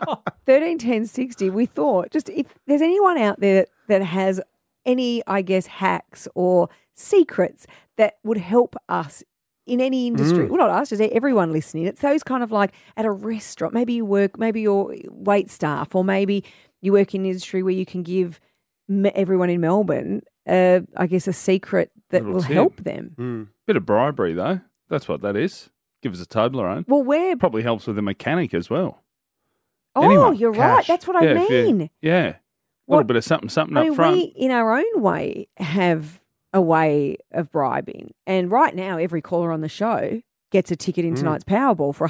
[SPEAKER 1] it?
[SPEAKER 2] Thirteen, ten, sixty. We thought just if there's anyone out there that has any, I guess, hacks or secrets that would help us in any
[SPEAKER 3] Mm.
[SPEAKER 2] industry. Well, not us, just everyone listening. It's those kind of like at a restaurant. Maybe you work, maybe you're wait staff, or maybe you work in an industry where you can give m- everyone in Melbourne, uh, I guess, a secret that
[SPEAKER 3] Little
[SPEAKER 2] will
[SPEAKER 3] tip.
[SPEAKER 2] help them.
[SPEAKER 3] Bit of bribery, though. That's what that is. Give us a Toblerone.
[SPEAKER 2] Well, we're
[SPEAKER 3] Probably helps with the mechanic as well.
[SPEAKER 2] oh,
[SPEAKER 3] anyone,
[SPEAKER 2] you're right.
[SPEAKER 1] cash.
[SPEAKER 2] That's what I
[SPEAKER 3] yeah, if you-
[SPEAKER 2] mean.
[SPEAKER 3] yeah. A
[SPEAKER 2] What-
[SPEAKER 3] little bit of something, something
[SPEAKER 2] I mean,
[SPEAKER 3] up front.
[SPEAKER 2] we in our own way have a way of bribing, and right now every caller on the show gets a ticket in tonight's Powerball for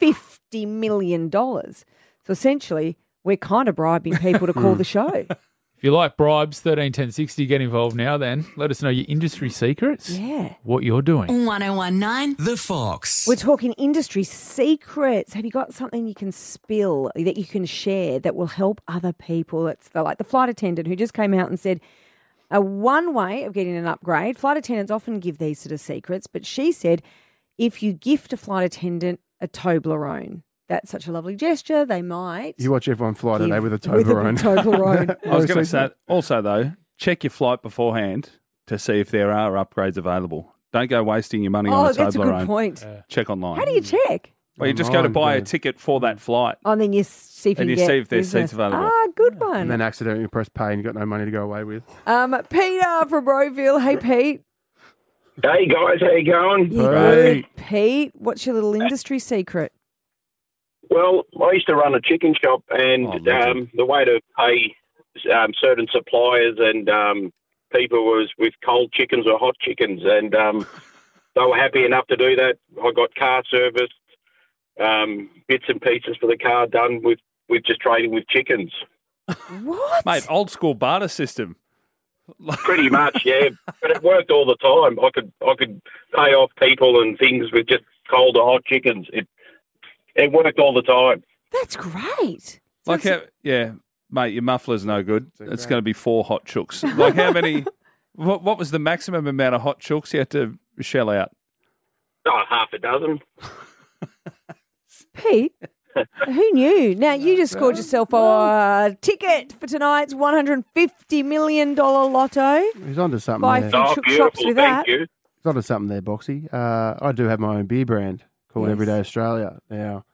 [SPEAKER 2] 150 million dollars. So essentially, we're kind of bribing people to call the show.
[SPEAKER 4] If you like bribes, 131060, get involved now then. Let us know your industry secrets,
[SPEAKER 2] Yeah,
[SPEAKER 4] what you're doing.
[SPEAKER 25] 1019,
[SPEAKER 11] The Fox.
[SPEAKER 2] we're talking industry secrets. Have you got something you can spill that you can share that will help other people? It's the, like the flight attendant who just came out and said. A one way of getting an upgrade, flight attendants often give these sort of secrets, but she said if you gift a flight attendant a Toblerone, that's such a lovely gesture. They might.
[SPEAKER 1] <laughs> You watch everyone fly today
[SPEAKER 2] give-
[SPEAKER 1] with a
[SPEAKER 2] with a
[SPEAKER 1] Toblerone. <laughs>
[SPEAKER 2] Toblerone.
[SPEAKER 3] I was going to
[SPEAKER 1] Honestly,
[SPEAKER 3] say also though, check your flight beforehand to see if there are upgrades available. Don't go wasting your money on
[SPEAKER 2] oh,
[SPEAKER 3] a
[SPEAKER 2] that's a good
[SPEAKER 3] Toblerone.
[SPEAKER 2] point.
[SPEAKER 3] Check online.
[SPEAKER 2] How do you check?
[SPEAKER 3] well, you just go to
[SPEAKER 1] Online,
[SPEAKER 3] buy a
[SPEAKER 1] yeah.
[SPEAKER 3] ticket for that flight.
[SPEAKER 2] Oh, and then you see if
[SPEAKER 3] And
[SPEAKER 2] you,
[SPEAKER 3] you
[SPEAKER 2] can
[SPEAKER 3] see
[SPEAKER 2] get
[SPEAKER 3] if there's seats
[SPEAKER 2] business.
[SPEAKER 3] available.
[SPEAKER 2] Ah, good one.
[SPEAKER 1] And then accidentally press pay and you got no money to go away with.
[SPEAKER 2] Um, Peter from Broville. Hey, Pete.
[SPEAKER 24] Hey guys, how you going?
[SPEAKER 2] You good, Pete? What's your little industry secret?
[SPEAKER 24] Well, I used to run a chicken shop, and um, the way to pay um, certain suppliers and um, people was with cold chickens or hot chickens, and um, they were happy enough to do that. I got car serviced, um, bits and pieces for the car done with, with just trading with chickens.
[SPEAKER 2] What?
[SPEAKER 3] Mate, old school barter system.
[SPEAKER 24] Pretty much, yeah. But it worked all the time. I could I could pay off people and things with just cold or hot chickens. It it worked all the time.
[SPEAKER 2] That's great.
[SPEAKER 3] Like how, yeah, mate, your muffler's no good. It's going to be four hot chooks. Like how
[SPEAKER 2] <laughs>
[SPEAKER 3] many? what, what was the maximum amount of hot chooks you had to shell out?
[SPEAKER 24] Oh, half a dozen.
[SPEAKER 1] <laughs>
[SPEAKER 2] Pete, who knew? Now, you just scored yourself a ticket for tonight's $150 million lotto.
[SPEAKER 1] He's onto something
[SPEAKER 2] Buy
[SPEAKER 1] there.
[SPEAKER 2] a few Oh, shook beautiful, shops with thank that. you.
[SPEAKER 1] He's onto something there, Boxy. Uh, I do have my own beer brand called
[SPEAKER 2] Yes.
[SPEAKER 1] Everyday Australia. Now,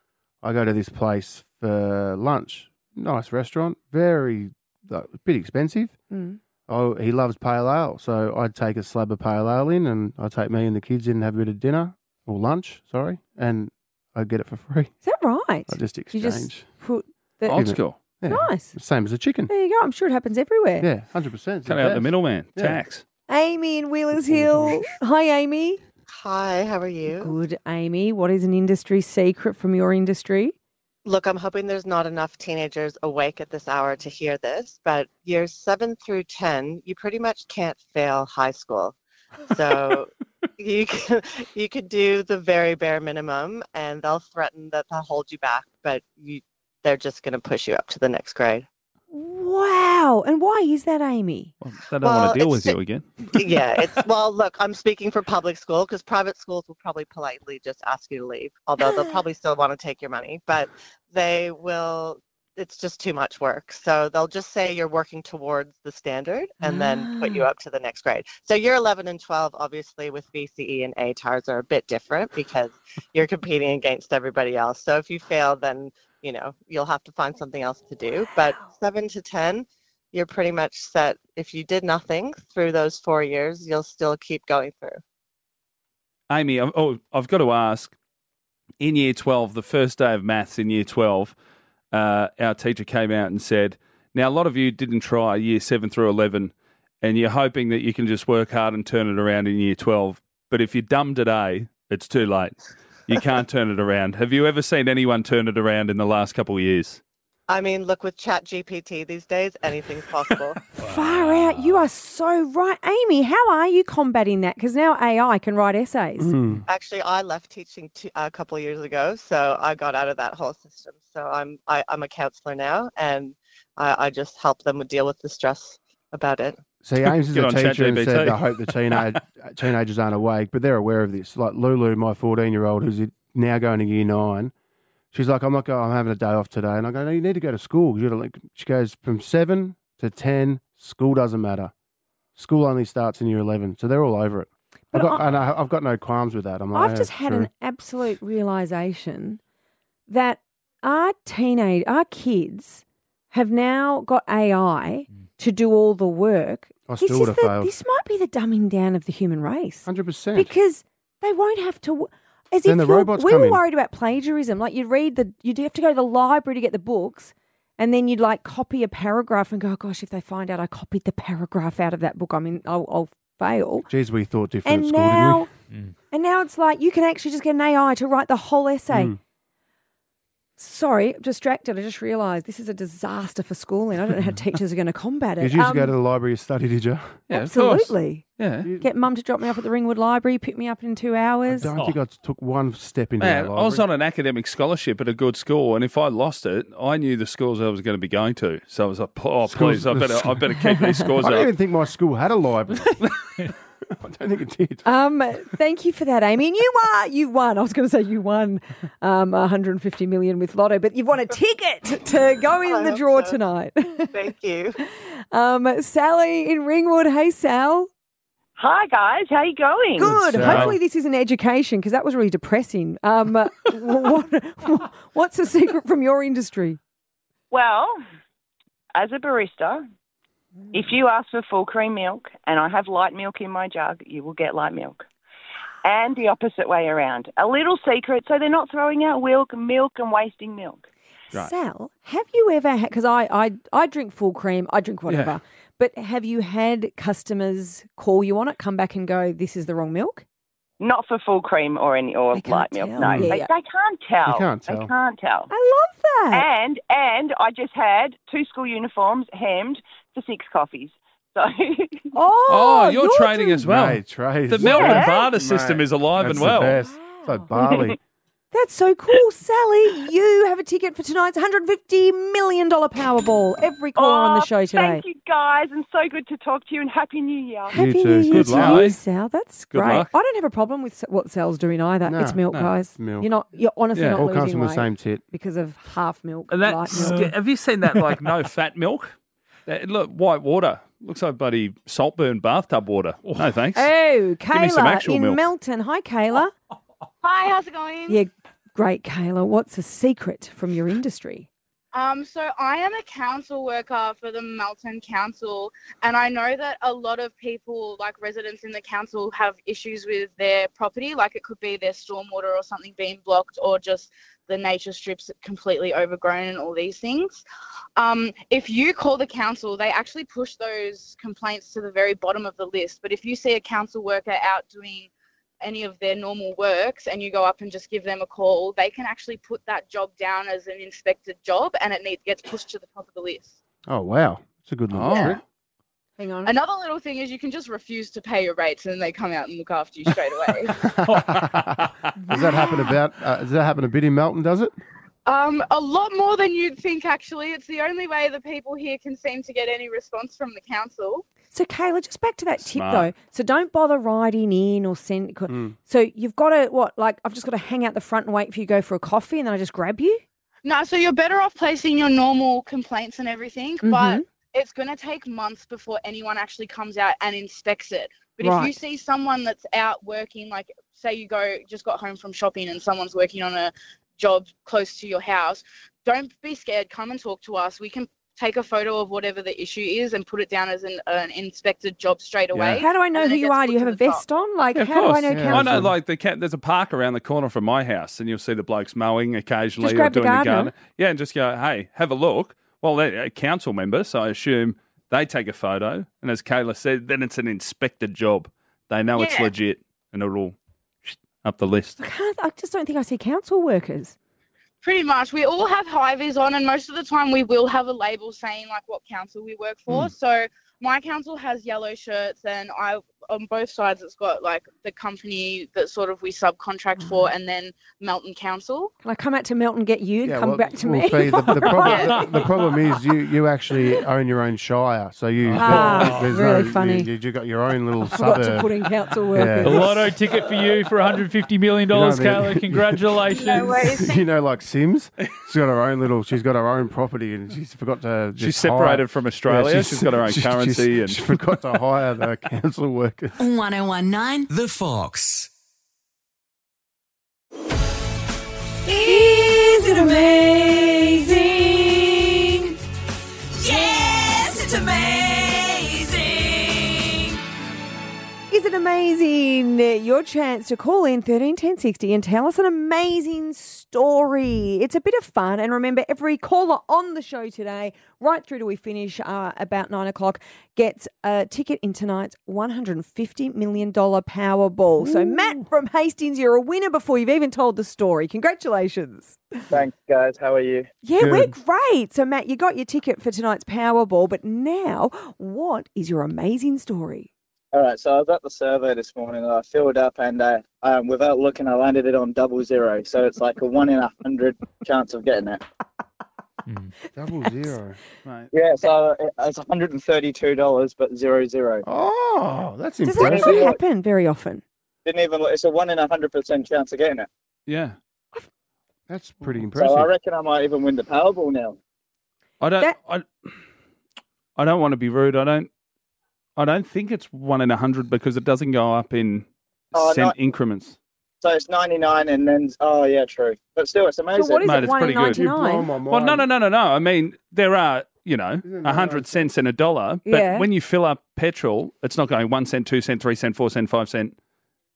[SPEAKER 1] I go to this place for lunch. Nice restaurant. Very, uh, a bit expensive.
[SPEAKER 2] Mm.
[SPEAKER 1] Oh, he loves pale ale. So I'd take a slab of pale ale in and I'd take me and the kids in and have a bit of dinner or lunch, sorry. And I'd get it for free.
[SPEAKER 2] Is that right?
[SPEAKER 1] I just
[SPEAKER 2] You just
[SPEAKER 1] exchange.
[SPEAKER 2] put the.
[SPEAKER 1] Old school. Yeah.
[SPEAKER 2] Nice.
[SPEAKER 1] Same as a chicken.
[SPEAKER 2] There you go. I'm sure it happens everywhere.
[SPEAKER 1] Yeah, 100%.
[SPEAKER 3] Cut out the middleman. Tax.
[SPEAKER 2] Amy in
[SPEAKER 1] <laughs>
[SPEAKER 2] Wheelers Hill. Hi, Amy.
[SPEAKER 26] Hi, how are you?
[SPEAKER 2] Good, Amy. What is an industry secret from your industry?
[SPEAKER 26] Look, I'm hoping there's not enough teenagers awake at this hour to hear this, but years seven through 10, you pretty much can't fail high school.
[SPEAKER 2] <laughs>
[SPEAKER 26] So you can, you could do the very bare minimum and they'll threaten that they'll hold you back, but you, they're just going to push you up to the next grade.
[SPEAKER 2] Wow. And why is that, Amy?
[SPEAKER 3] They don't
[SPEAKER 26] Well,
[SPEAKER 3] want to deal
[SPEAKER 26] it's
[SPEAKER 3] with you again.
[SPEAKER 26] yeah, it's well. Look, I'm speaking for public school because private schools will probably politely just ask you to leave, although they'll probably still want to take your money. But they will. It's just too much work, so they'll just say you're working towards the standard and then put you up to the next grade. So year 11 and 12, obviously with VCE and ATARs, are a bit different because you're competing against everybody else. So if you fail, then you know you'll have to find something else to do. But seven to 10 you're pretty much set. If you did nothing through those four years, you'll still keep going through.
[SPEAKER 3] Amy, I'm- oh, I've got to ask. In year 12, the first day of maths in year 12, uh, our teacher came out and said, Now, a lot of you didn't try year 7 through 11, and you're hoping that you can just work hard and turn it around in year 12. But if you're dumb today, it's too late. You can't turn it around. Have you ever seen anyone turn it around in the last couple of years?
[SPEAKER 26] I mean, look with Chat GPT these days, anything's possible.
[SPEAKER 2] Far out. You are so right. Amy, how are you combating that? Because now AI can write essays.
[SPEAKER 1] Hmm.
[SPEAKER 26] Actually, I left teaching two, a couple of years ago, so I got out of that whole system. So I'm I, I'm a counselor now, and I, I just help them deal with the stress about it.
[SPEAKER 1] See, Ames is
[SPEAKER 3] <laughs> Get
[SPEAKER 1] a
[SPEAKER 3] on
[SPEAKER 1] teacher and
[SPEAKER 3] ChatGPT.
[SPEAKER 1] said, I hope the teenage, uh, teenagers aren't awake, but they're aware of this. Like Lulu, my 14 year old, who's now going to year nine, she's like, I'm not going, I'm having a day off today. And I go, No, you need to go to school. You gotta, like, she goes, From seven to 10, school doesn't matter. School only starts in year 11. So they're all over it. I've got, and I, I've got no qualms with that. I'm like,
[SPEAKER 2] I've
[SPEAKER 1] "Yeah,
[SPEAKER 2] just had
[SPEAKER 1] true."
[SPEAKER 2] an absolute realization that our teenage, our kids have now got AI to do all the work.
[SPEAKER 1] Mm. I
[SPEAKER 2] This
[SPEAKER 1] still
[SPEAKER 2] is
[SPEAKER 1] would've
[SPEAKER 2] the-
[SPEAKER 1] failed.
[SPEAKER 2] This might be the dumbing down of the human race.
[SPEAKER 1] 100%.
[SPEAKER 2] Because they won't have to. w- As
[SPEAKER 1] Then
[SPEAKER 2] if
[SPEAKER 1] the
[SPEAKER 2] you're-
[SPEAKER 1] robots
[SPEAKER 2] we
[SPEAKER 1] come
[SPEAKER 2] were
[SPEAKER 1] in.
[SPEAKER 2] worried about plagiarism. Like you'd read the, you'd have to go to the library to get the books, and then you'd like copy a paragraph and go, oh, gosh, if they find out I copied the paragraph out of that book, I mean, I'll, I'll fail.
[SPEAKER 1] Geez, we thought different
[SPEAKER 2] And
[SPEAKER 1] at school,
[SPEAKER 2] now,
[SPEAKER 1] didn't we?
[SPEAKER 3] Mm.
[SPEAKER 2] and now it's like you can actually just get an AI to write the whole essay.
[SPEAKER 1] Mm.
[SPEAKER 2] Sorry, I'm distracted. I just realised this is a disaster for schooling. I don't know how teachers are going to combat it.
[SPEAKER 1] Did you used to go
[SPEAKER 2] Um,
[SPEAKER 1] to the library to study, did you? <laughs>
[SPEAKER 2] absolutely.
[SPEAKER 3] Yeah.
[SPEAKER 2] Get mum to drop me off at the Ringwood Library, pick me up in two
[SPEAKER 1] I
[SPEAKER 2] hours.
[SPEAKER 1] don't think I took one step into
[SPEAKER 3] Oh. Man,
[SPEAKER 1] that
[SPEAKER 3] I was
[SPEAKER 1] library.
[SPEAKER 3] on an academic scholarship at a good school, and if I lost it, I knew the schools I was going to be going to. So I was like, "Oh, please, I better, I better
[SPEAKER 1] <laughs>
[SPEAKER 3] keep these scores
[SPEAKER 1] I don't
[SPEAKER 3] up."
[SPEAKER 1] even think my school had a
[SPEAKER 2] <laughs>
[SPEAKER 1] library. I don't think it did.
[SPEAKER 2] Um, thank you for that, Amy. And you are you won. I was going to say you won um, 150 million with Lotto, but you've won a ticket to go in the draw tonight.
[SPEAKER 26] <laughs>
[SPEAKER 2] <laughs>
[SPEAKER 26] Thank you.
[SPEAKER 2] Um, Sally in Ringwood. Hey, Sal.
[SPEAKER 16] Hi guys, how you going?
[SPEAKER 2] Good.
[SPEAKER 16] Sal.
[SPEAKER 2] Hopefully, this is an education because that was really depressing. Um, <laughs> uh, what, what's the secret from your industry?
[SPEAKER 16] Well, as a barista,
[SPEAKER 2] Mm.
[SPEAKER 16] if you ask for full cream milk and I have light milk in my jug, you will get light milk. And the opposite way around. A little secret so they're not throwing out milk, milk and wasting milk.
[SPEAKER 2] Right. Sal, have you ever had, because I, I, I drink full cream, I drink whatever,
[SPEAKER 3] Yeah.
[SPEAKER 2] but have you had customers call you on it, come back and go, this is the wrong milk?
[SPEAKER 16] Not for full cream or any or light milk.
[SPEAKER 2] tell.
[SPEAKER 16] No,
[SPEAKER 2] Yeah,
[SPEAKER 16] they,
[SPEAKER 2] yeah.
[SPEAKER 16] they can't tell.
[SPEAKER 2] You can't
[SPEAKER 16] They
[SPEAKER 2] tell.
[SPEAKER 16] can't tell.
[SPEAKER 2] I love that.
[SPEAKER 16] And and I just had two school uniforms hemmed for six coffees. So <laughs>
[SPEAKER 2] oh,
[SPEAKER 3] Oh, you're, trading as well.
[SPEAKER 1] Mate, trades.
[SPEAKER 3] The Melbourne barter system is alive
[SPEAKER 1] that's
[SPEAKER 3] and well.
[SPEAKER 1] The best. It's
[SPEAKER 2] <laughs>
[SPEAKER 1] like barley.
[SPEAKER 2] That's
[SPEAKER 16] <laughs>
[SPEAKER 2] so cool, Sally. You have a ticket for tonight's $150 million Powerball. Every caller on the
[SPEAKER 16] Oh,
[SPEAKER 2] show today.
[SPEAKER 16] Thank you guys, and so good to talk to you, and happy New Year.
[SPEAKER 2] Happy
[SPEAKER 1] too.
[SPEAKER 2] New Year
[SPEAKER 1] Good
[SPEAKER 2] to
[SPEAKER 1] luck.
[SPEAKER 2] you, Sal. Oh, That's
[SPEAKER 1] Good
[SPEAKER 2] great.
[SPEAKER 1] luck.
[SPEAKER 2] I don't have a problem with s- what Sal's doing either.
[SPEAKER 1] No,
[SPEAKER 2] it's milk,
[SPEAKER 1] no,
[SPEAKER 2] guys.
[SPEAKER 1] it's milk.
[SPEAKER 2] You're not. You're honestly
[SPEAKER 1] Yeah.
[SPEAKER 2] not
[SPEAKER 1] All
[SPEAKER 2] losing
[SPEAKER 1] comes from the
[SPEAKER 2] weight
[SPEAKER 1] same tit.
[SPEAKER 2] because of half milk.
[SPEAKER 3] And
[SPEAKER 2] light
[SPEAKER 3] that's,
[SPEAKER 2] milk.
[SPEAKER 3] have you seen that <laughs> like no fat milk? That, look, white water looks like bloody saltburn bathtub water. No thanks.
[SPEAKER 2] Oh,
[SPEAKER 3] Give me some
[SPEAKER 2] Kayla
[SPEAKER 3] actual
[SPEAKER 2] in
[SPEAKER 3] milk. Oh.
[SPEAKER 2] Melton. Hi, Kayla.
[SPEAKER 5] Hi, how's it going?
[SPEAKER 2] Yeah, great, Kayla. What's a secret from your industry?
[SPEAKER 5] Um, so I am a council worker for the Melton Council, and I know that a lot of people, like residents in the council, have issues with their property. Like it could be their stormwater or something being blocked, or just the nature strips completely overgrown and all these things. Um, if you call the council, they actually push those complaints to the very bottom of the list. But if you see a council worker out doing any of their normal works and you go up and just give them a call, they can actually put that job down as an inspected job and it needs, gets pushed to the top of the list.
[SPEAKER 1] Oh wow, it's a good little
[SPEAKER 3] Oh.
[SPEAKER 5] Yeah.
[SPEAKER 1] trick.
[SPEAKER 2] Hang on.
[SPEAKER 5] Another little thing is you can just refuse to pay your rates and then they come out and look after you straight
[SPEAKER 1] <laughs>
[SPEAKER 5] away.
[SPEAKER 1] Does that happen about? Uh, does that happen a bit in Melton? Does it?
[SPEAKER 5] um, a lot more than you'd think, actually. It's the only way the people here can seem to get any response from the council.
[SPEAKER 2] So, Kayla, just back to that
[SPEAKER 5] Smart.
[SPEAKER 2] tip though. So, don't bother riding in or send. co-
[SPEAKER 1] Hmm.
[SPEAKER 2] So, you've got to what? Like, I've just got to hang out the front and wait for you to go for a coffee, and then I just grab you.
[SPEAKER 5] No, so you're better off placing your normal complaints and everything, but
[SPEAKER 2] Mhm.
[SPEAKER 5] it's going to take months before anyone actually comes out and inspects it. But if you
[SPEAKER 2] Right.
[SPEAKER 5] see someone that's out working, like say you go just got home from shopping and someone's working on a job close to your house, don't be scared. Come and talk to us. We can take a photo of whatever the issue is and put it down as an, an inspected job straight away.
[SPEAKER 2] How do I know
[SPEAKER 5] and
[SPEAKER 2] who
[SPEAKER 5] then
[SPEAKER 2] you
[SPEAKER 5] it
[SPEAKER 2] are? Do you have a vest on? Like,
[SPEAKER 3] Yeah, of
[SPEAKER 2] how
[SPEAKER 3] course.
[SPEAKER 2] do I know
[SPEAKER 3] I
[SPEAKER 2] council?
[SPEAKER 3] know, like the cat. There's a park around the corner from my house, and you'll see the blokes mowing occasionally
[SPEAKER 2] Just
[SPEAKER 3] or
[SPEAKER 2] grab the
[SPEAKER 3] doing the
[SPEAKER 2] gardener.
[SPEAKER 3] garden. Yeah, and just go, hey, have a look. Well, they're a council member, so I assume they take a photo, and as Kayla said, then it's an inspected job. They know it's
[SPEAKER 2] Yeah.
[SPEAKER 3] legit, and it'll all up the list.
[SPEAKER 2] I can't. I just don't think I see council workers.
[SPEAKER 5] Pretty much. We all have high vis on, and most of the time we will have a label saying like what council we work for.
[SPEAKER 2] Mm.
[SPEAKER 5] So my council has yellow shirts, and I on both sides it's got like the company that sort of we subcontract for, and then Melton Council.
[SPEAKER 2] Can I come out to Melton get you and come
[SPEAKER 1] well,
[SPEAKER 2] back to
[SPEAKER 1] well,
[SPEAKER 2] me?
[SPEAKER 1] Fee, the,
[SPEAKER 2] <laughs>
[SPEAKER 1] the problem, the, the problem is you, you actually own your own shire, so you
[SPEAKER 2] Ah,
[SPEAKER 1] there's
[SPEAKER 2] really
[SPEAKER 1] no,
[SPEAKER 2] funny.
[SPEAKER 1] You, you got your own
[SPEAKER 2] <laughs>
[SPEAKER 1] little
[SPEAKER 2] Forgot
[SPEAKER 1] suburb.
[SPEAKER 2] to put in council
[SPEAKER 1] Yeah.
[SPEAKER 4] A
[SPEAKER 2] workers.
[SPEAKER 4] lotto ticket for you for $150 million,
[SPEAKER 1] You know what I mean?
[SPEAKER 4] Kayla.
[SPEAKER 2] <laughs>
[SPEAKER 4] Congratulations. <laughs>
[SPEAKER 1] you know, like Sims, she's got her own little. She's got her own property, and she's forgot to.
[SPEAKER 3] She's
[SPEAKER 1] just
[SPEAKER 3] separated
[SPEAKER 1] hire-
[SPEAKER 3] from Australia. She's got her own currency and-
[SPEAKER 1] she forgot to hire the <laughs> council workers.
[SPEAKER 25] 1019
[SPEAKER 11] The Fox.
[SPEAKER 25] Is it
[SPEAKER 2] amazing?
[SPEAKER 25] Yes, it's amazing.
[SPEAKER 2] Is it amazing? Your chance to call in 13 10 60 and tell us an amazing story. It's a bit of fun. And remember, every caller on the show today, right through till we finish uh, about nine o'clock, gets a ticket in tonight's $150 million Powerball. So, Matt from Hastings, you're a winner before you've even told the story. Congratulations.
[SPEAKER 18] Thanks, guys. How are you?
[SPEAKER 2] Yeah, we're great. So, Matt, you got your ticket for tonight's Powerball, but now what is your amazing story?
[SPEAKER 18] All right. So I was at the survey this morning. and I filled up, and uh, um, without looking, I landed it on double zero. So it's like a one in a hundred <laughs> chance of getting it.
[SPEAKER 1] <laughs> Double zero. Right.
[SPEAKER 18] Yeah. So it- it's one hundred and thirty-two dollars, but zero zero.
[SPEAKER 1] Oh, that's
[SPEAKER 2] Does that
[SPEAKER 1] impressive.
[SPEAKER 2] not happen very often?
[SPEAKER 18] Didn't even. look- It's a one in a hundred percent chance of getting it.
[SPEAKER 3] Yeah,
[SPEAKER 1] that's pretty
[SPEAKER 18] So I
[SPEAKER 1] impressive.
[SPEAKER 18] reckon I might even win the Powerball now.
[SPEAKER 3] I don't. I, I don't want to be rude. I don't. I don't think it's one in a hundred because it doesn't go up in
[SPEAKER 18] Oh,
[SPEAKER 3] cent
[SPEAKER 18] not-
[SPEAKER 3] increments.
[SPEAKER 18] So it's ninety-nine, and then oh yeah, true. But still, it's amazing.
[SPEAKER 3] Mate, it's pretty good. Well, no, no, no, no, no. I mean, there are you know,
[SPEAKER 1] Isn't that
[SPEAKER 3] a hundred cents and a dollar. But
[SPEAKER 1] Yeah.
[SPEAKER 3] when you fill up petrol, it's not going one cent, two cent, three cent, four cent, five cent.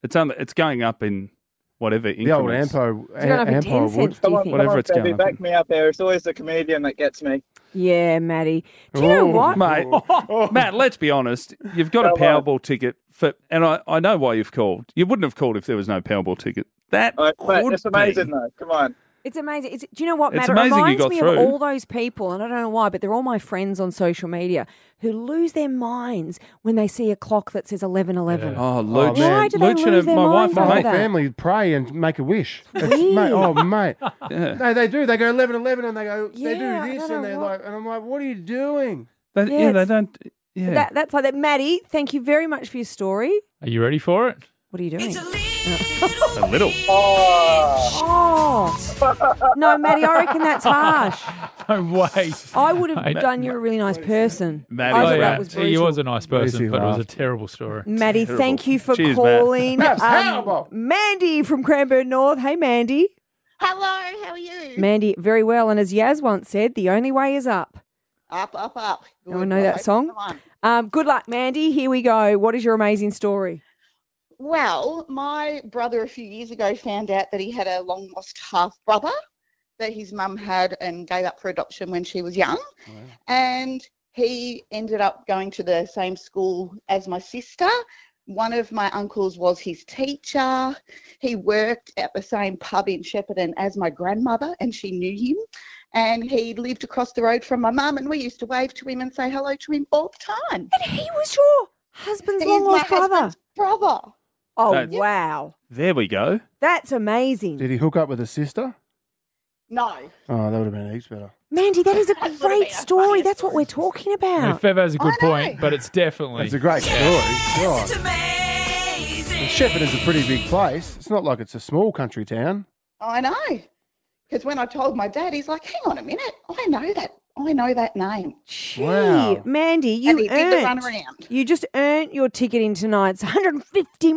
[SPEAKER 3] It's um, it's going up in whatever
[SPEAKER 1] The old
[SPEAKER 3] increments.
[SPEAKER 1] Ampo- It's gone up in Ampo 10 would. cents, do you think?
[SPEAKER 3] whatever it's
[SPEAKER 18] Come on,
[SPEAKER 3] going
[SPEAKER 18] Fabi,
[SPEAKER 3] up.
[SPEAKER 18] back me up there. It's always the comedian that gets me.
[SPEAKER 2] Yeah, Maddie. Do you know what?
[SPEAKER 3] Oh, Mate, <laughs> Matt, let's be honest. You've got a Powerball ticket for, and I, I know why you've called. You wouldn't have called if there was no Powerball ticket. That could
[SPEAKER 18] it's amazing
[SPEAKER 3] be.
[SPEAKER 18] though. Come on.
[SPEAKER 2] It's amazing. It's, do you know what,
[SPEAKER 3] It's
[SPEAKER 2] Matt? It
[SPEAKER 3] amazing you
[SPEAKER 2] reminds
[SPEAKER 3] got
[SPEAKER 2] me
[SPEAKER 3] through.
[SPEAKER 2] of all those people, and I don't know why, but they're all my friends on social media who lose their minds when they see a clock that says eleven eleven.
[SPEAKER 3] Oh,
[SPEAKER 1] Luch.
[SPEAKER 2] Why do they
[SPEAKER 1] Luch and
[SPEAKER 2] lose their
[SPEAKER 1] my wife
[SPEAKER 2] minds
[SPEAKER 1] and my
[SPEAKER 2] like that?
[SPEAKER 1] family pray and make a
[SPEAKER 2] <laughs>
[SPEAKER 1] wish. It's, mate, oh, mate.
[SPEAKER 3] <laughs> Yeah.
[SPEAKER 1] No, they do. They go 11 11 and they go, they
[SPEAKER 2] Yeah, I
[SPEAKER 1] do this and
[SPEAKER 2] don't know
[SPEAKER 1] they're
[SPEAKER 2] what-
[SPEAKER 1] like, and I'm like, what are you doing?
[SPEAKER 3] They-
[SPEAKER 2] Yeah,
[SPEAKER 3] yeah, they
[SPEAKER 2] it's-
[SPEAKER 3] don't. Yeah.
[SPEAKER 2] That, that's like that. Maddie, thank you very much for your story.
[SPEAKER 4] Are you ready for it?
[SPEAKER 2] What are you doing?
[SPEAKER 3] A little.
[SPEAKER 2] Oh. no, Maddie, I reckon that's harsh.
[SPEAKER 4] No way.
[SPEAKER 2] I would have
[SPEAKER 4] Mate,
[SPEAKER 2] done you a really nice person.
[SPEAKER 4] Maddie,
[SPEAKER 2] I
[SPEAKER 4] oh,
[SPEAKER 2] thought
[SPEAKER 4] yeah.
[SPEAKER 2] that was
[SPEAKER 4] he
[SPEAKER 2] brutal.
[SPEAKER 4] was a nice person,
[SPEAKER 1] Easy
[SPEAKER 4] but it was a
[SPEAKER 1] laugh.
[SPEAKER 4] terrible story.
[SPEAKER 2] Maddie, thank you for
[SPEAKER 4] Cheers, Matt.
[SPEAKER 2] calling.
[SPEAKER 4] That's
[SPEAKER 2] Um,
[SPEAKER 4] terrible.
[SPEAKER 2] Mandy from Cranbourne North. Hey, Mandy.
[SPEAKER 25] Hello, how are you?
[SPEAKER 2] Mandy, very well. And as Yaz once said, the only way is up.
[SPEAKER 25] Up, up, up.
[SPEAKER 2] No one know that song? Um, good luck, Mandy. Here we go. What is your amazing story?
[SPEAKER 25] Well, my brother a few years ago found out that he had a long lost half brother that his mum had and gave up for adoption when she was young. And he ended up going to the same school as my sister. One of my uncles was his teacher. He worked at the same pub in Shepparton as my grandmother, and she knew him. And he lived across the road from my mum, and we used to wave to him and say hello to him all the time.
[SPEAKER 2] And he was your husband's
[SPEAKER 25] He's my
[SPEAKER 2] long-lost brother.
[SPEAKER 25] husband's brother.
[SPEAKER 2] Oh,
[SPEAKER 3] That's-
[SPEAKER 2] wow.
[SPEAKER 3] There we go.
[SPEAKER 2] That's amazing.
[SPEAKER 1] Did he hook up with his sister?
[SPEAKER 25] No.
[SPEAKER 1] Oh, that would have been heaps better.
[SPEAKER 2] Mandy,
[SPEAKER 25] <laughs>
[SPEAKER 2] that is a great story. That's what we're talking
[SPEAKER 4] Yeah,
[SPEAKER 2] about.
[SPEAKER 4] Fevo has a good point, but it's definitely.
[SPEAKER 1] It's a great story. God. And Shepparton's a pretty big place. It's not like it's a small country town.
[SPEAKER 25] I know. Because when I told my dad, he's like, hang on a minute, I know that. I know that name.
[SPEAKER 2] Gee, Mandy, you
[SPEAKER 25] And he did
[SPEAKER 2] earned,
[SPEAKER 25] the runaround.
[SPEAKER 2] You just earned your ticket in tonight's $150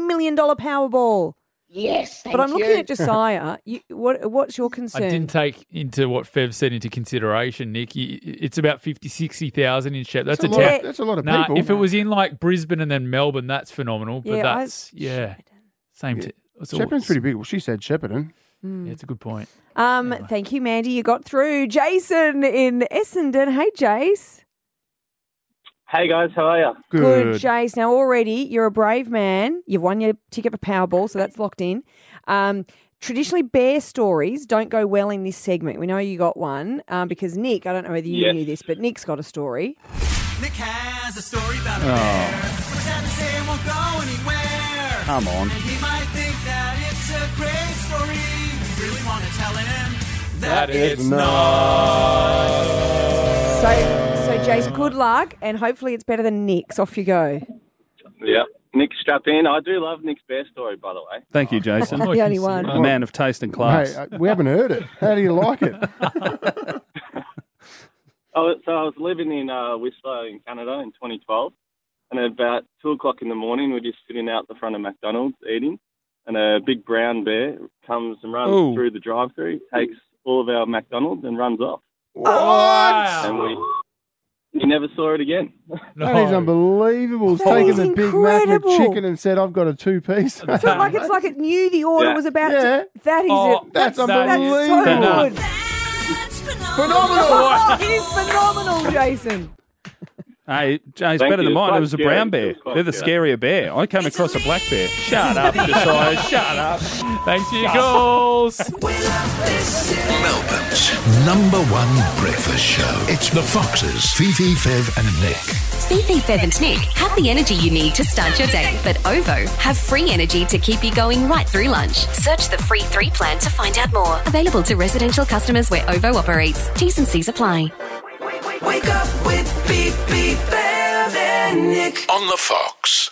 [SPEAKER 2] million Powerball.
[SPEAKER 25] Yes, thank
[SPEAKER 2] But I'm looking
[SPEAKER 25] you.
[SPEAKER 2] at Josiah. you, what, what's your concern?
[SPEAKER 4] I didn't take into what Fev said into consideration, Nick. You- It's about 50, 60,000 in Shep. That's
[SPEAKER 1] That's a
[SPEAKER 4] a
[SPEAKER 1] lot-
[SPEAKER 4] town.
[SPEAKER 1] that's a lot of
[SPEAKER 4] Nah,
[SPEAKER 1] people.
[SPEAKER 4] If it was in like Brisbane and then Melbourne, that's phenomenal. But
[SPEAKER 1] Yeah, I-
[SPEAKER 4] that's, yeah, same. T- it's all-
[SPEAKER 1] Shepparton's pretty big. Well, she said Shepparton.
[SPEAKER 4] Yeah, it's a good point.
[SPEAKER 2] Um, Thank you, Mandy. You got through. Jason in Essendon. Hey, Jace.
[SPEAKER 9] Hey guys, how are you?
[SPEAKER 2] Jace. Now, already you're a brave man. You've won your ticket for Powerball, so that's locked in. Um, traditionally, bear stories don't go well in this segment. We know you got one um, because Nick, I don't know whether you
[SPEAKER 9] Yes.
[SPEAKER 2] knew this, but Nick's got a story.
[SPEAKER 25] Nick has a story about
[SPEAKER 3] a Oh. bear. Come on.
[SPEAKER 25] And he might think that it's a great story. Really want to tell him
[SPEAKER 3] That it's not.
[SPEAKER 2] So, so Jace, good luck, and hopefully it's better than Nick's. Off you go.
[SPEAKER 9] Yeah, Nick, strap in. I do love Nick's bear story, by the way.
[SPEAKER 3] Thank
[SPEAKER 9] <laughs>
[SPEAKER 3] you, Jason.
[SPEAKER 2] The only one.
[SPEAKER 3] A man of taste and class.
[SPEAKER 1] Mate, uh, we haven't heard it. How do you like
[SPEAKER 4] <laughs>
[SPEAKER 1] it?
[SPEAKER 9] Oh, so I was living in uh, Whistler in Canada in 2012, and at about two o'clock in the morning, we're just sitting out the front of McDonald's eating, and a big brown bear comes and runs
[SPEAKER 15] Ooh.
[SPEAKER 9] through the drive-through, takes all of our McDonald's, and runs off.
[SPEAKER 1] What?
[SPEAKER 9] And we, we never saw it again.
[SPEAKER 1] That is unbelievable. It's
[SPEAKER 2] That
[SPEAKER 1] taken
[SPEAKER 2] is
[SPEAKER 1] the Big Mac with
[SPEAKER 2] incredible.
[SPEAKER 1] chicken and said, I've got a two piece.
[SPEAKER 2] I
[SPEAKER 1] <laughs>
[SPEAKER 2] feel like it's like it knew the order
[SPEAKER 1] Yeah.
[SPEAKER 2] was about
[SPEAKER 1] Yeah.
[SPEAKER 2] to. That is
[SPEAKER 1] Oh,
[SPEAKER 2] it.
[SPEAKER 1] that's
[SPEAKER 2] That's so
[SPEAKER 1] unbelievable.
[SPEAKER 2] good.
[SPEAKER 25] Phenomenal.
[SPEAKER 2] <laughs>
[SPEAKER 25] <laughs>
[SPEAKER 2] Oh, it is phenomenal, Jason.
[SPEAKER 3] <laughs> Hey,
[SPEAKER 9] Thank
[SPEAKER 3] Jay's better
[SPEAKER 9] you.
[SPEAKER 3] than
[SPEAKER 9] It's
[SPEAKER 3] mine.
[SPEAKER 9] quite
[SPEAKER 3] It was a
[SPEAKER 9] scary.
[SPEAKER 3] brown
[SPEAKER 9] It
[SPEAKER 3] bear.
[SPEAKER 9] was quite
[SPEAKER 3] They're the
[SPEAKER 9] scary.
[SPEAKER 3] scarier bear. I came across a black bear. Shut up, Josiah. Shut up. Thanks for your
[SPEAKER 4] Shut
[SPEAKER 3] call.
[SPEAKER 27] Melbourne's number one breakfast show. It's the Foxes, Fifi, Fev, and Nick.
[SPEAKER 8] Fifi, Fev and Nick have the energy you need to start your day, but OVO have free energy to keep you going right through lunch. Search the free three plan to find out more. Available to residential customers where OVO operates. T's and C's apply.
[SPEAKER 25] Wake up with beep beep Bev and Nick.
[SPEAKER 27] On the Fox.